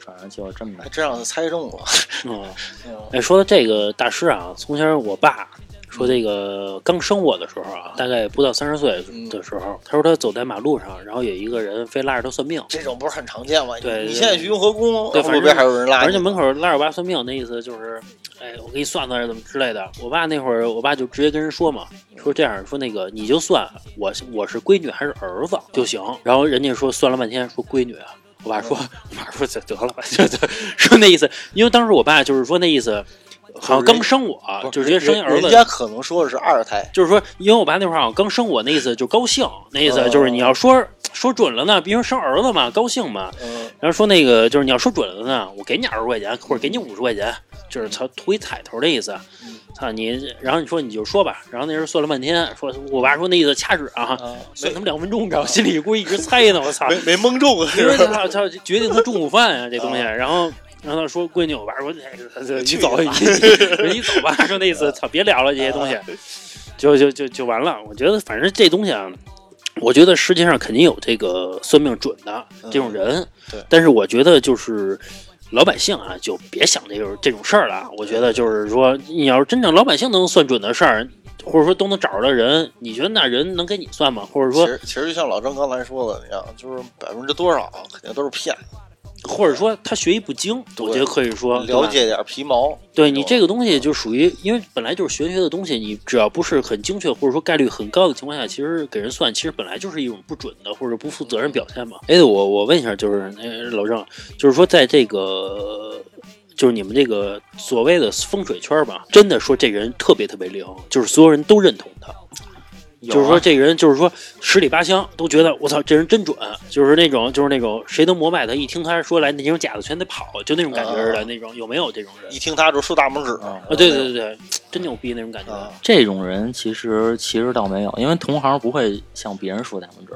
反正就这么还着。真让他猜中了。 (laughs) 嗯，嗯哎，说到这个大师啊，从前我爸说这个刚生我的时候啊，大概不到三十岁的时候，他说他走在马路上，然后有一个人非拉着他算命，这种不是很常见吗？对对你现在去雍和宫，对会不会还有人拉反你？正就门口拉着我爸算命，那意思就是，哎，我给你算算怎么之类的。我爸那会儿，我爸就直接跟人说嘛，说这样，说那个你就算我是我是闺女还是儿子就行。然后人家说算了半天，说闺女啊。我爸说，我爸说得得了吧，就就说那意思，因为当时我爸就是说那意思，好像刚生我，啊就直接生一儿人子人。家可能说的是二胎，就是说，因为我爸那会儿好像刚生我，那意思就高兴，那意哦思就是你要说说准了呢，毕竟生儿子嘛，高兴嘛。嗯，然后说那个就是你要说准了呢，我给你二十块钱，或者给你五十块钱，就是他图一彩头的意思。操你！然后你说你就说吧，然后那人算了半天，说我爸说那意思掐指啊，啊算他妈两分钟，然后心里估计一直猜呢，我操！没没蒙中， (laughs) 因 (laughs) 为他他他决定他中午饭啊这东西，然后。然后他说：“闺女，我爸说，哎你去走，吧你 (laughs) 你走吧。”说那意啊思，操，别聊了这些东西，就就就就完了。我觉得，反正这东西啊，我觉得世界上肯定有这个算命准的这种人，嗯对但是我觉得就是老百姓啊，就别想这种这种事儿了。啊我觉得就是说，你要是真正老百姓能算准的事儿，或者说都能找着的人，你觉得那人能给你算吗？或者其说啊实其实就像老张刚才说的一样，就是百分之多少肯定都是骗子，或者说他学艺不精，对我觉得可以说对吧了解点儿皮毛。对你这个个东西嗯就属于，因为本来就是玄学的东西，你只要不是很精确，或者说概率很高的情况下，其实给人算，其实本来就是一种不准的或者不负责任表现嘛。嗯哎，我我问一下，就是呃老郑，就是说在这个。就是你们这个所谓的风水圈吧，真的说这人特别特别灵，就是所有人都认同他，有啊就是说这个人就是说十里八乡都觉得我操这人真准，就是那种就是那种谁都膜拜他，一听他说来那种假的全得跑，就那种感觉似的啊那种，有没有这种人一？听他就竖大拇指啊啊，对对对对，真牛逼那种感觉。嗯啊，这种人其实其实倒没有，因为同行不会向别人竖大拇指，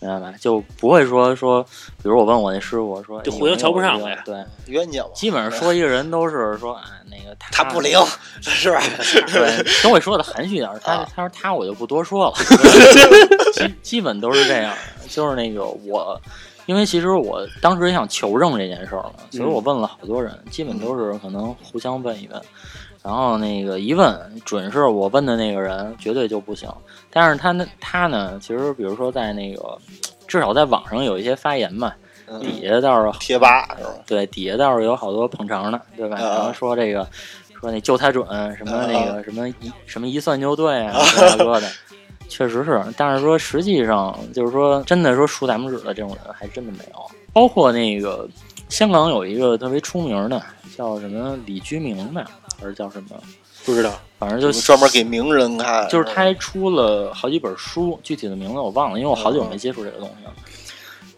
明白吧？就不会说说，比如我问我那师傅，我说就哎互相有没有瞧不上这个呗对，冤家嘛，基本上说一个人都是说，哎，那个他他不啊灵，(laughs) 是吧？ (laughs) 对，都会说的含蓄一点儿。他啊他说他我就不 (laughs) 多说了，基基本都是这样。就是那个我，因为其实我当时也想求证这件事儿嘛，所以嗯我问了好多人，基本都是可能互相问一问。然后那个一问，准是我问的那个人绝对就不行。但是他呢，他呢，其实比如说在那个，至少在网上有一些发言嘛，嗯，底下倒是贴吧是吧？对，底下倒是有好多捧场的，对吧？啊然后说这个，说那就他准，什么那啊个什么一什么一算就对啊，大哥的，确实是。但是说实际上，就是说真的说竖大拇指的这种人还真的没有。包括那个香港有一个特别出名的，叫什么李居明吧，还是叫什么？不知 (laughs) 道，反正就专门给名人看，就是他还出了好几本书，具体的名字我忘了，因为我好久没接触这个东西了。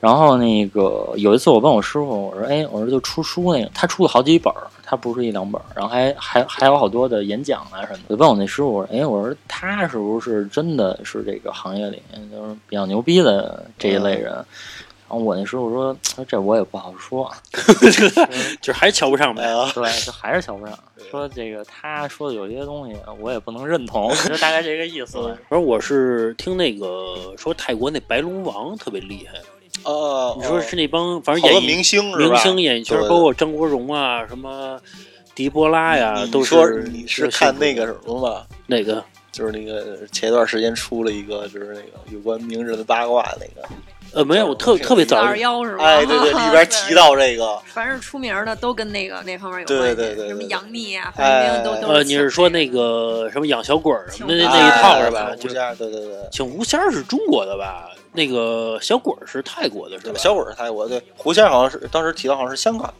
然后那个有一次我问我师傅，我说：“哎，我说就出书那个，他出了好几本儿，他不是一两本儿，然后还还还有好多的演讲啊什么的。”我问我那师傅，我说：“哎，我说他是不是真的是这个行业里面就是比较牛逼的这一类人？”然后我那师傅说：“这我也不好说。”就是还瞧不上呗。啊，对，就还是瞧 (laughs) 不上。说这个他说的有些东西，我也不能认 (laughs) 同，就大概这个意思吧。反正我是听那个说泰国那白龙王特别厉害，哦，你说是那帮反好正演多艺明星是吧？明星演艺圈，对包括张国荣啊，什么迪波拉呀，你都说是你是看那个什么吧？哪个？就是那个前一段时间出了一个，就是那个有关名人的八卦那个，呃，没有，我特这个特别四早二幺是吧？哎，对对，里边提，到这个， (laughs) 凡是出名的都跟那个那方面有对关系，对对对什么对杨幂啊，哎范冰冰都都呃，你是说那个？个什么养小鬼儿什么的那请那一套是哎吧？吴就家，对对对。请狐仙儿是中国的吧？那个小鬼儿是泰国的是吧？小鬼儿是泰国对，胡仙儿好像是当时提到好像是香港，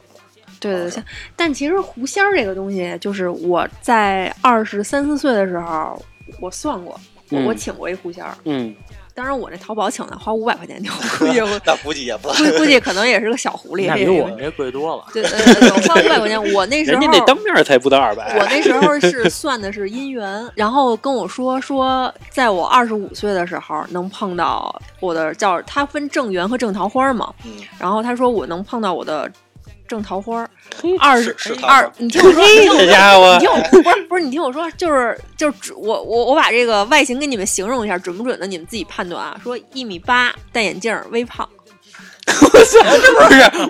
对好对，像像但其实狐仙儿这个东西，就是我在二十三四岁的时候，我算过，我、嗯我请过一狐仙儿，嗯，当然我那淘宝请的，花五百块钱就 (laughs) 估计我那估计也不 (laughs) 估计估计可能也是个小狐狸，那这比个我们这贵多了。对对对对，我花五百块钱，我那啊时人候家那当面儿才不到二百。 (laughs) 我那时候是算的是姻缘，然后跟我说说，在我二十五岁的时候能碰到我的叫他分正缘和正桃花嘛，嗯然后他说我能碰到我的正桃花，二十是是他吗二，你听我说，你听我这说。家伙你听我不是不是，你听我说，就是就是我我我把这个外形给你们形容一下，准不准的你们自己判断啊。说一米八，戴眼镜儿，微胖， (laughs) (laughs) 不是，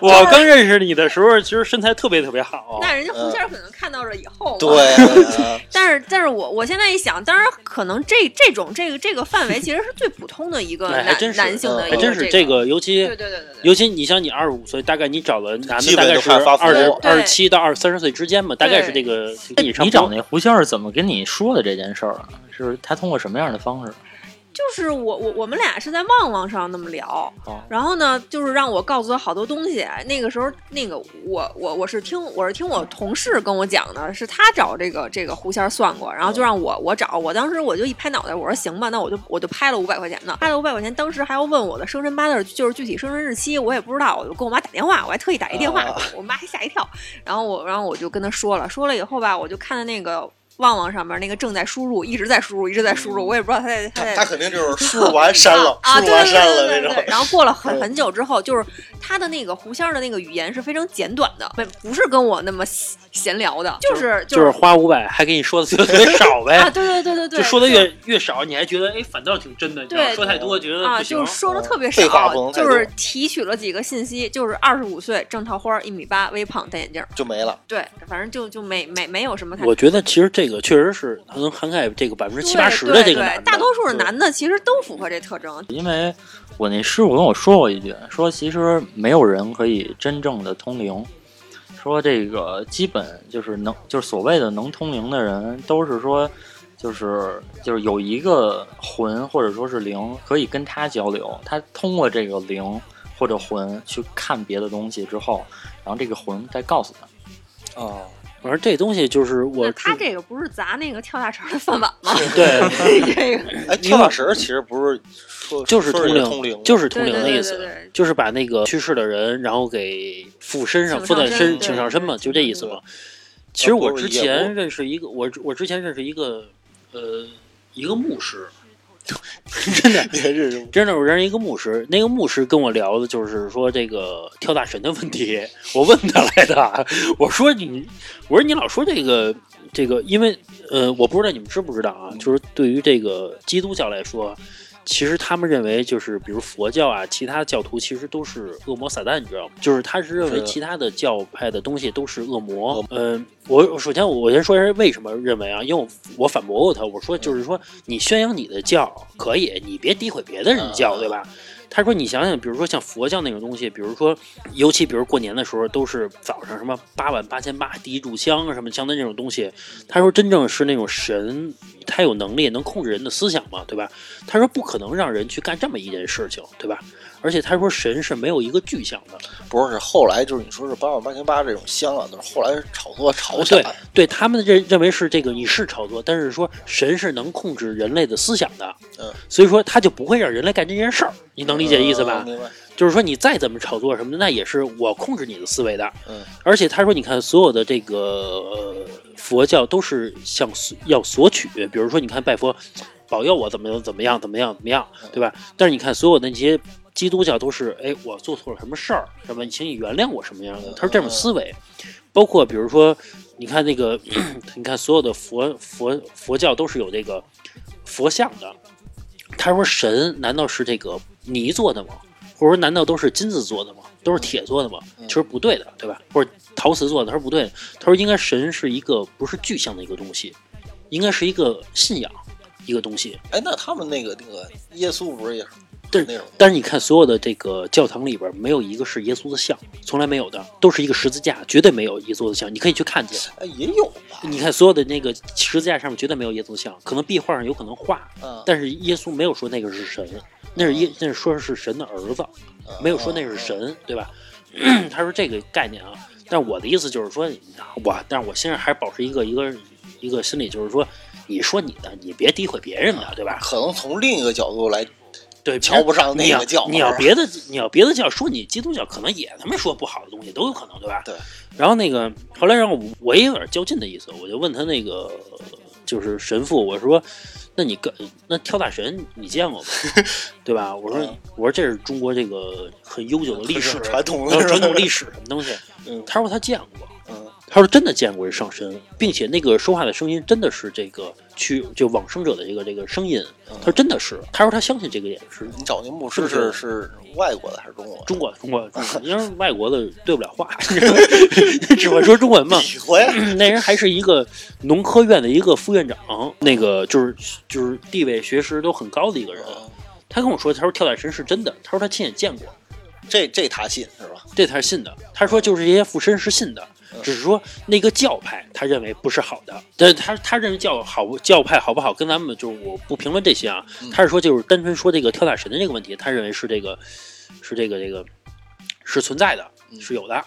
我刚认识你的时候，其实身材特别特别好。那人家胡仙儿可能看到了以后哦嗯嘛，对，啊 (laughs) 对但是，但是我我现在一想，当然可能这这种这个这个范围其实是最普通的一个哎还男真是男性的嗯一还个，真是这这。个，尤其对对对对对。尤其你像你二十五岁，大概你找的男的基大本概就是快发福二十了二十七到二十三十岁之间吧，大概是这对个哎跟你差不找多。那狐仙儿怎么跟你说的这件事儿啊？是他通过什么样的方式？就是我我我们俩是在旺旺上那么聊，哦然后呢，就是让我告诉他好多东西。那个时候，那个我我我是听我是听我同事跟我讲的，是他找这个这个狐仙儿算过，然后就让我我找。我当时我就一拍脑袋，我说行吧，那我就我就拍了五百块钱的，拍了五百块钱。当时还要问我的生辰八字，就是具体生辰日期我也不知道，我就跟我妈打电话，我还特意打一电话，啊我妈还吓一跳。然后我然后我就跟他说了，说了以后吧，我就看到那个。旺旺上面那个正在输入，一直在输入，一直在输入，我也不知道他在他在对他肯定就是数完删了，啊，数对完对删了对那对种对。。然后过了很嗯很久之后，就是他的那个狐仙儿的那个语言是非常简短的，不不是跟我那么闲闲聊的，就是就是哎花五百，还给你说的特别少 (laughs) 啊，呗，对对对对对，就说的越越少，你还觉得哎，反倒挺真的。你知道吗对说太多觉得啊，不行就。是 (laughs) 说的特别废话不少，能太多就是提取了几个信息，就是二十五岁，正桃花，一米八，微胖，戴眼镜儿，就没了，对，反正就就没没没有什么太我觉得其实这个确实是它能涵盖这个百分之七对八十的这对个男对的，，大多数的对男的其实都符合这特征。因为我那师傅跟我说过一句，说其实没有人可以真正的通灵，说这个基本就是能，就是所谓的能通灵的人，都是说，就是就是有一个魂或者说是灵可以跟他交流，他通过这个灵或者魂去看别的东西之后，然后这个魂再告诉他。啊，反正这东西就是我那他这个不是砸那个跳大神的饭碗吗？对， (laughs) (laughs) 这个哎，跳大神儿其实不是说就是说通是灵，通灵，就是 (laughs) 是通灵的意对对对对思对，就是把那个去世的人，然后给附身上，请附在上身身请上身嘛，对就这意思嘛。其呃实我之前认识一个，我我之前认识一个，呃，一个牧师，真的也认识真的，我认识一个牧师，那个牧师跟我聊的就是说这个跳大神的问题，我问他来的，我说你，我说你老说这个这个，因为呃，我不知道你们知不知道啊，就是对于这个基督教来说，其实他们认为就是比如佛教啊，其他教徒其实都是恶魔撒旦，你知道吗？就是他是认为是其他的教派的东西都是恶魔。嗯，我首先我先说一下为什么认为啊，因为我我反驳过他，我说就是说你宣扬你的教可以，你别诋毁别的人教，嗯对吧？他说：“你想想，比如说像佛教那种东西，比如说，尤其比如过年的时候，都是早上什么八万八千八第一炷香啊，什么相当这种东西。他说，真正是那种神，他有能力能控制人的思想嘛，对吧？他说不可能让人去干这么一件事情，对吧？而且他说神是没有一个具象的，不是是后来就是你说是八万八千八这种香啊，都是后来炒作炒哦，起对来。对，他们认认为是这个你是炒作，但是说神是能控制人类的思想的，嗯，所以说他就不会让人类干这件事儿，你能理解意思吧？嗯明白。就是说你再怎么炒作什么的，那也是我控制你的思维的。嗯，而且他说，你看所有的这个、呃、佛教都是向索要索取，比如说你看拜佛保佑我怎么怎么样怎么样怎么样，对吧？但是你看所有的那些基督教都是，哎，我做错了什么事儿，什么，请你原谅我什么样的？他说这种思维，包括比如说，你看那个， (clears throat) 你看所有的佛佛佛教都是有这个佛像的。他说神难道是这个泥做的吗？或者说难道都是金子做的吗？都是铁做的吗？其实不对的，对吧？或者陶瓷做的，他说不对的。他说应该神是一个不是具象的一个东西，应该是一个信仰一个东西。哎，那他们那个那个耶稣不是也是对那种吗？但是你看所有的这个教堂里边，没有一个是耶稣的像，从来没有的，都是一个十字架，绝对没有耶稣的像。你可以去看去，哎，也有吧？你看所有的那个十字架上面绝对没有耶稣像，可能壁画上有可能画，嗯，但是耶稣没有说那个是神，那是耶，那是说是神的儿子，嗯没有说那是神，对吧？ (clears throat) 他说这个概念啊，但我的意思就是说，啊我，但是我现在还保持一个一个一个心理，就是说，你说你的，你别诋毁别人的，对吧？可能从另一个角度来，对，瞧嗯不上那个教你要你是要吧别的，你要别的教说你基督教，可能也他妈说不好的东西都有可能，对吧？对。然后那个后来让我我也有点较劲的意思，我就问他那个就是神父，我说。那你跟那跳大神你见 (laughs) 过吗？对吧？我说嗯我说这是中国这个很悠久的历史很传统的然后是吧传统历史什么东西。 (laughs) 嗯他说他见过，嗯，他说真的见过这上身，并且那个说话的声音真的是这个去就往生者的这个这个声音，他说真的是，他说他相信这个也是嗯你找那牧师是是外国的还是中国的？中国中国，中国因为外国的对不了话， (laughs) 只会说中文嘛。 (clears throat) 比划呀，那人还是一个农科院的一个副院长，那个就是就是地位学识都很高的一个人。 (laughs) 嗯他跟我说，他说跳大神是真的，他说他亲眼见过，这这他信是吧？这他是信的。他说就是这些附身是信的，嗯只是说那个教派他认为不是好的，但是他他认为教好不教派好不好，跟咱们就是我不评论这些啊，嗯他是说就是单纯说这个跳大神的这个问题，他认为是这个是这个这个是存在的，是有的。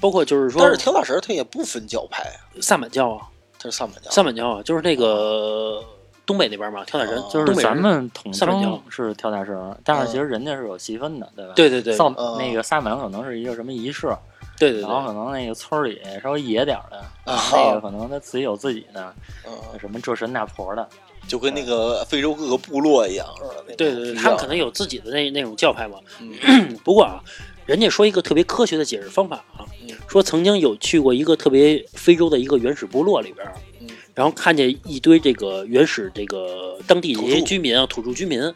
包括就是说，嗯但是跳大神他也不分教派啊，萨满教啊，他是萨满教。萨满教啊，就是那个东北那边嘛，跳大神哦，就东是北人咱们统萨满称教是跳大绳，但是其实人家是有细分的，对吧？嗯对对对萨嗯那个萨满可能是一个什么仪式，对对然后可对，能那个村儿里稍微野点儿的，啊那个可能他自己有自己的嗯，什么这神那婆的，就跟那个非洲各个部落一样，是吧？那种对对对，比较他们可能有自己的那那种教派嘛 (clears throat) 嗯。不过啊，人家说一个特别科学的解释方法啊嗯，说曾经有去过一个特别非洲的一个原始部落里边儿嗯，然后看见一堆这个原始这个当地这土些著居民啊，土著居民，嗯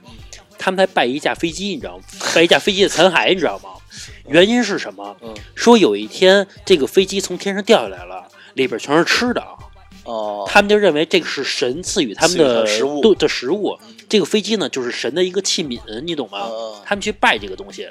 他们才拜一架飞机，你知道吗？拜一架飞机的残骸，你知道吗？原因是什么？嗯说有一天这个飞机从天上掉下来了，里边全是吃的啊，哦，他们就认为这个是神赐予他们赐予他的的食物对的食物。这个飞机呢，就是神的一个器皿，你懂吗？嗯他们去拜这个东西。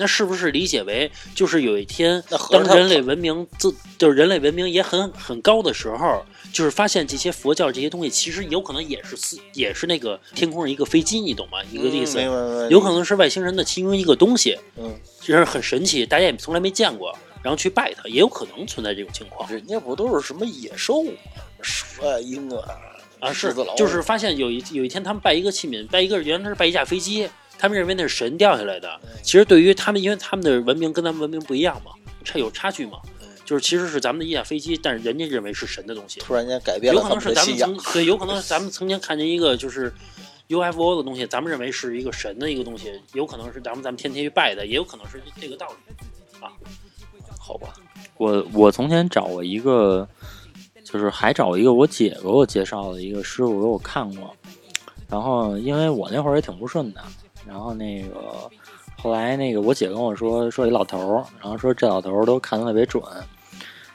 那是不是理解为，就是有一天那，合当着他人类文明自就是人类文明也很很高的时候，就是发现这些佛教这些东西，其实有可能也是四也是那个天空的一个飞机，你懂吗？一个意思，嗯明白明白有可能是外星人的其中一个东西，嗯，就是很神奇，大家也从来没见过，然后去拜它，也有可能存在这种情况。人家不都是什么野兽吗？蛇啊、鹰啊，啊，狮是子老虎就是发现有一有一天他们拜一个器皿，拜一个原来是拜一架飞机，他们认为那是神掉下来的。嗯其实对于他们，因为他们的文明跟咱们文明不一样嘛，差有差距嘛嗯，就是其实是咱们的一架飞机，但是人家认为是神的东西，突然间改变有了可他能是们的咱信们仰曾。对，有可能是咱们曾经看见一个就是 UFO 的东西，咱们认为是一个神的一个东西，有可能是咱们咱们天天去拜的，也有可能是这个道理。啊好吧，我我从前找过一个，就是还找一个我姐给我介绍的一个师傅给我看过，然后因为我那会儿也挺不顺的，然后那个后来那个我姐跟我说说一老头儿，然后说这老头儿都看得特别准，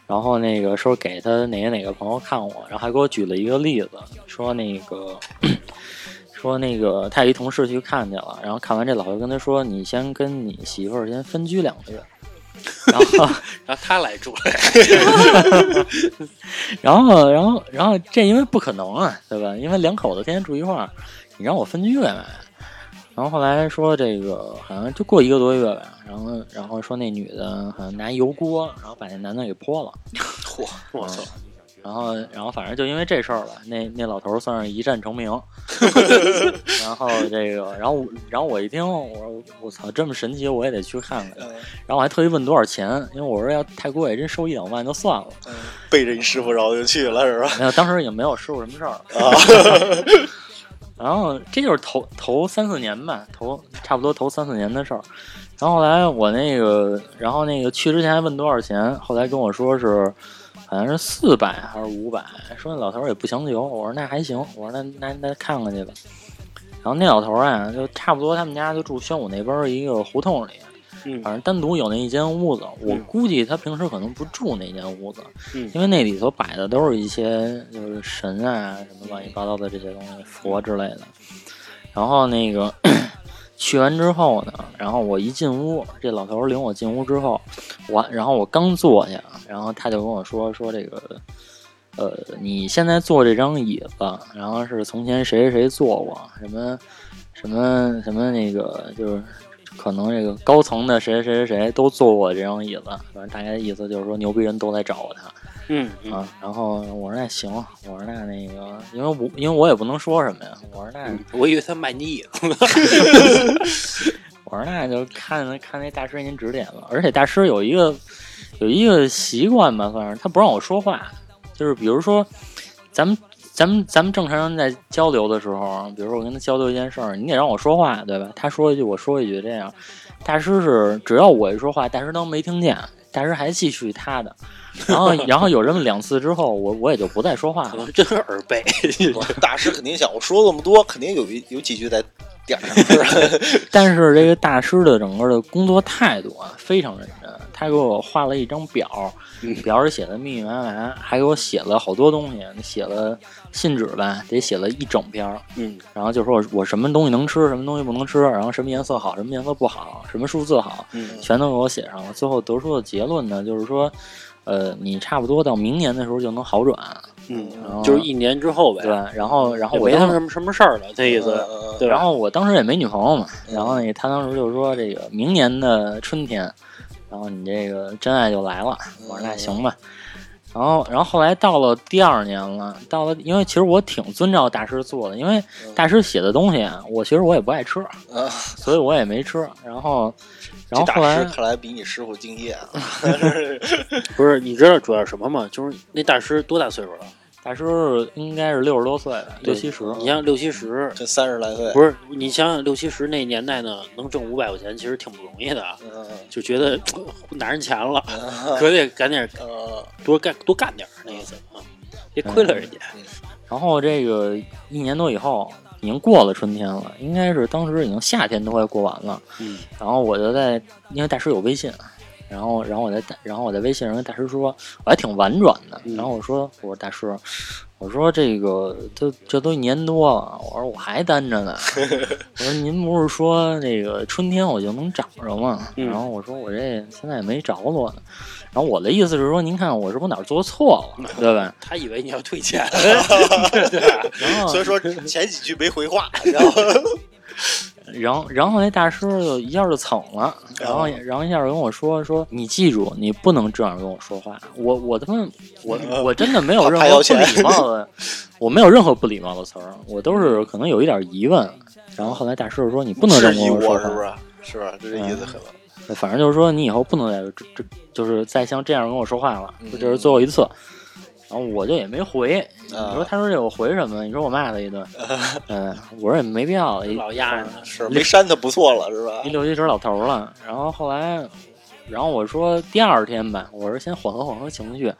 然后那个说给他哪个哪个朋友看我，然后还给我举了一个例子，说那个。 (coughs) 说那个他有一同事去看去了，然后看完这老头跟他说：“你先跟你媳妇儿先分居两个月。” (laughs) 然后然后他来住了，然后，然后，然后这因为不可能啊，对吧？因为两口子天天住一块儿，你让我分居干嘛？然后后来说这个好像就过一个多月吧，然后然后说那女的好像拿油锅，然后把那男的给泼了，嚯，我操！然后然后反正就因为这事儿吧，那那老头儿算是一战成名。然后这个，然后我然后我一听，我说我操，这么神奇，我也得去看看。嗯然后我还特意问多少钱，因为我说要太贵，真收一两万就算了。嗯背着你师傅，然后就去了，是 (laughs) 吧？没有，当时也没有师傅什么事儿。然后这就是头头三四年吧，头差不多头三四年的事儿。然后后来我那个，然后那个去之前还问多少钱，后来跟我说是好像是四百还是五百，说那老头儿也不强求。我说那还行，我说那那那看看去吧。然后那老头儿啊，就差不多他们家就住宣武那边儿一个胡同里，嗯反正单独有那一间屋子，我嗯估计他平时可能不住那间屋子，嗯因为那里头摆的都是一些就是神啊什么乱七八糟的这些东西，佛之类的。然后那个 (coughs) 去完之后呢，然后我一进屋，这老头儿领我进屋之后，我然后我刚坐下，然后他就跟我说说这个。呃，你现在坐这张椅子，然后是从前谁谁谁坐过，什么什么什么那个，就是可能这个高层的谁谁谁谁都坐过这张椅子，反正大概的意思就是说牛逼人都来找过他嗯嗯啊。然后我说那行，我说那那个，因为我因为我也不能说什么呀，我说那嗯，我以为他卖你椅子呢。我说那就看看那大师您指点吧。而且大师有一个有一个习惯吧，算是他不让我说话，就是比如说咱们。咱们咱们正常人在交流的时候，比如说我跟他交流一件事儿，你得让我说话，对吧？他说一句，我说一句，这样。大师是只要我一说话，大师当没听见，大师还继续他的。然后然后有这么两次之后，我我也就不再说话可了。能真是耳背，大师肯定想，我说那么多，肯定有一有几句在点儿上，是吧？但是这个大师的整个的工作态度啊，非常认真。他给我画了一张表，嗯表上写的密密麻麻，还给我写了好多东西，写了信纸吧，得写了一整篇儿。 (laughs) 嗯，然后就说我我什么东西能吃，什么东西不能吃，然后什么颜色好，什么颜色不好，什么数字好，嗯全都给我写上了。最后得出的结论呢，就是说，呃，你差不多到明年的时候就能好转， (laughs) 嗯哦，就是一年之后呗，对吧？然后，然后也我没他当们什时，么什么事儿了，这意嗯思，嗯嗯对吧然后我当时也没女朋友嘛，嗯然后那他当时就说这个明年的春天，然后你这个真爱就来了。我说嗯那行吧。然后，然后后来到了第二年了，到了，因为其实我挺遵照大师做的，因为大师写的东西啊，我其实我也不爱吃，嗯，所以我也没吃。然后，然这后后大来师看来比你师傅敬业啊。不是？你知道主要是什么吗？就是那大师多大岁数了？大师应该是六十多岁吧，六七十。你像六七十，这三十来岁，不是？你想想六七十那年代呢，能挣五百块钱其实挺不容易的啊，嗯就觉得拿人钱 (laughs) 了，嗯可得赶紧嗯多干多干点儿那意思啊，别亏了人家。嗯然后这个一年多以后，已经过了春天了，应该是当时已经夏天都快过完了。嗯，然后我就在，因为大师有微信，然后然后我在大然后我在微信上跟大师说，我还挺婉转的，然后我说我说大师，我说这个都这都一年多了，我说我还单着呢，我说您不是说那个春天我就能找着吗？嗯然后我说我这现在也没着落呢，然后我的意思是说，您看我是不是哪儿做错了，对吧？他以为你要退 (laughs) 钱，然后所以说前几句没回话，然后然后，然后那大师就一下就蹭哦了，然后，然后一下就跟我说说，你记住，你不能这样跟我说话。我我他妈，我我真的没有哦任怕何要不钱礼貌的，我没有任何不礼貌的词儿，我都是可能有一点疑问。然后后来大师就说，你不能这质么疑跟说我是不话，是？是吧？就这意思可能。反正就是说你以后不能再这这就是再像这样跟我说话了，嗯这就是最后一次。然后我就也没回，啊你说他说这我回什么？你说我骂他 (laughs) 一顿，嗯，我说也没必要，老压着呢。是没删他不错了，是一吧？六七十老头儿了。然后后来，然后我说第二天吧，我说先缓和缓和情绪。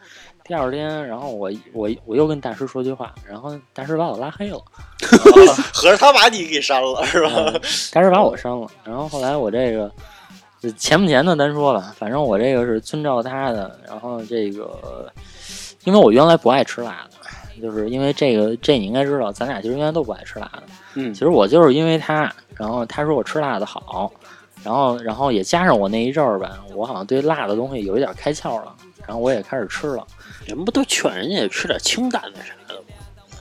第二天，然后我我我又跟大师说句话，然后大师把我拉黑了，合着他把你给删了，是吧？嗯大师把我删了。然后后来我这个钱不钱的单说吧，反正我这个是遵照他的。然后这个，因为我原来不爱吃辣的，就是因为这个这你应该知道，咱俩其实原来都不爱吃辣的。嗯其，实我就是因为他，然后他说我吃辣的好，然后然后也加上我那一阵儿吧，我好像对辣的东西有一点开窍了，然后我也开始吃了。人不都劝人家吃点清淡的啥的吗？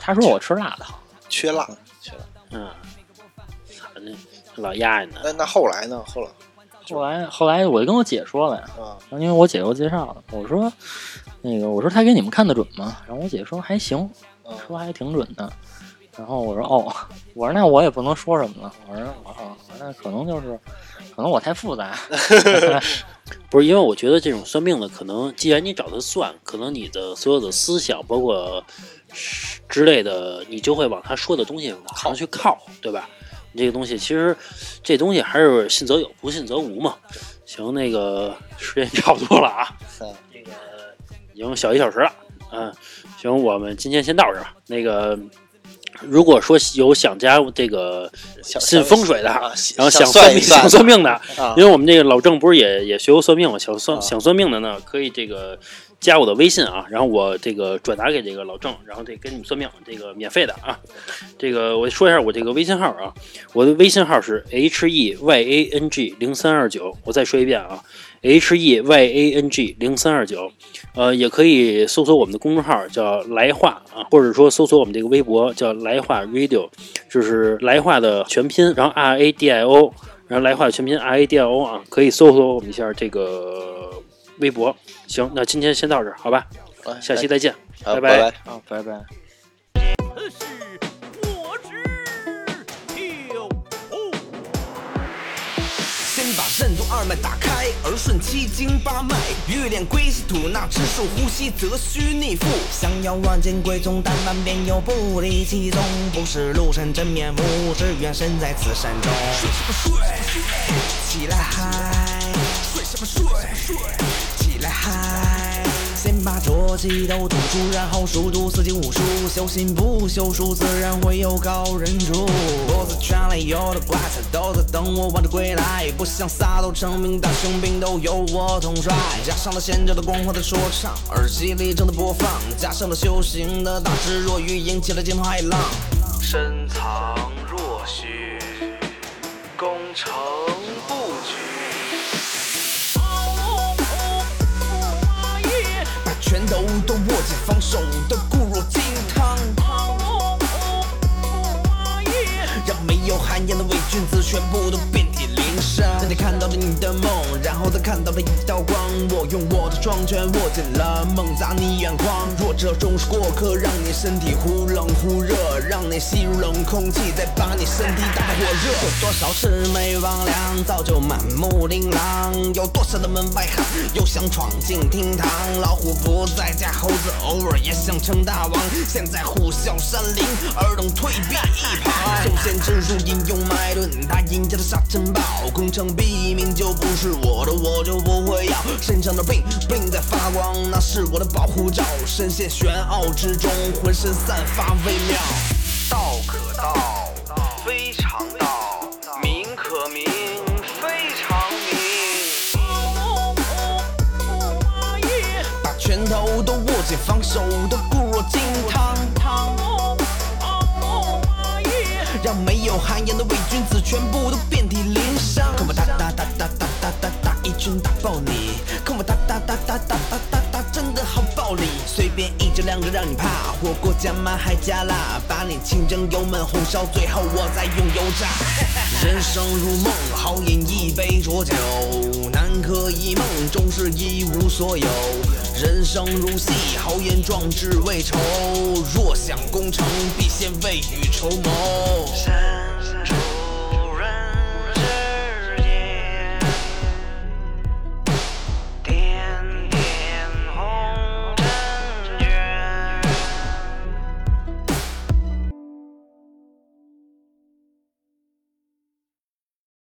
他说我吃辣的好，缺辣。嗯，反正老压着呢。那那后来呢？后来后来后来我就跟我姐说了呀，啊，然后因为我姐给我介绍的，我说那个我说他给你们看得准吗？然后我姐说还行，嗯说还挺准的。然后我说哦，我说那我也不能说什么了，我说我哦，那可能就是可能我太复杂， (laughs) 不是因为我觉得这种算命的，可能既然你找他算，可能你的所有的思想，包括之类的，你就会往他说的东西往上去靠，对吧？你这个东西其实这东西还是信则有，不信则无嘛。行，那个时间差不多了啊，嗯那个已经小一小时了，嗯，行，我们今天先到这儿吧。那个如果说有想加入这个想信风水的，啊想然后算想算命一算想算命的，啊因为我们这个老郑不是也也学过算命嘛，想算、啊想算命的呢，可以这个加我的微信啊，然后我这个转达给这个老郑，然后这跟你们算命，这个免费的啊。这个我说一下我这个微信号啊，我的微信号是 h e y a n g 零三二九，我再说一遍啊，h e y a n g 零三二九，呃，也可以搜索我们的公众号叫来话啊，或者说搜索我们这个微博叫来话 radio，就是来话的全拼，然后 r a d i o。然后来话全拼 R A D L O 啊，可以搜索我们一下这个微博。行，那今天先到这儿，好吧？哎下期再见。拜哎拜拜拜。啊，拜拜。是我知有物。先把任督二脉打开，而顺七经八脉，欲练归西吐纳之术，呼吸则须逆腹。想要乱进归宗，但万变又不离其宗，不识庐山真面目，只缘身在此山中。睡什么睡？起来嗨！睡什么睡？起来嗨！先把浊气都吐出，然后熟读四经五书，修心不修书，自然会有高人助。脖子圈里有的怪才都在等我挽着归来，不想撒都成名，大雄兵都由我统帅。加上了贤者的光环在说唱，耳机里正在播放，加上了修行的大智若愚，引起了惊涛骇浪。深藏若虚，功成不举。把拳头都握紧，防守的固若金汤。让没有涵养的伪君子全部都遍体鳞伤。大家看到了你的梦，然后再看到了一道光。我用我的双拳握紧了梦，砸你眼眶。弱者终是过客，让你身体忽冷忽热，让你吸入冷空气，再把你身体打得火热。有多少魑魅魍魉，造就满目琳琅？有多少的门外汉，又想闯进厅堂？老虎不在家，猴子偶尔也想称大王。现在虎啸山林，儿童退避一旁。修仙之术引用脉论，他引家的沙尘暴，功成必名就不是我的，我就不会要。身上的病病在发光，那是我的保护罩。深陷玄奥之中，浑身散发微妙。道可道，非常道；名可名，非常名。紧防守的固若金汤。让没有涵养的伪君子全部都遍体鳞伤。看我哒哒哒哒哒哒哒哒，一拳打爆你！看我哒哒哒哒哒哒哒哒，真的好暴力！随便一着两着让你怕，火锅加麻还加辣，把你清蒸油焖红烧，最后我再用油炸。人生如梦，好饮一杯浊酒，南柯一梦，终是一无所有。人生如戏，豪言壮志未酬。若想功成，必先未雨绸缪。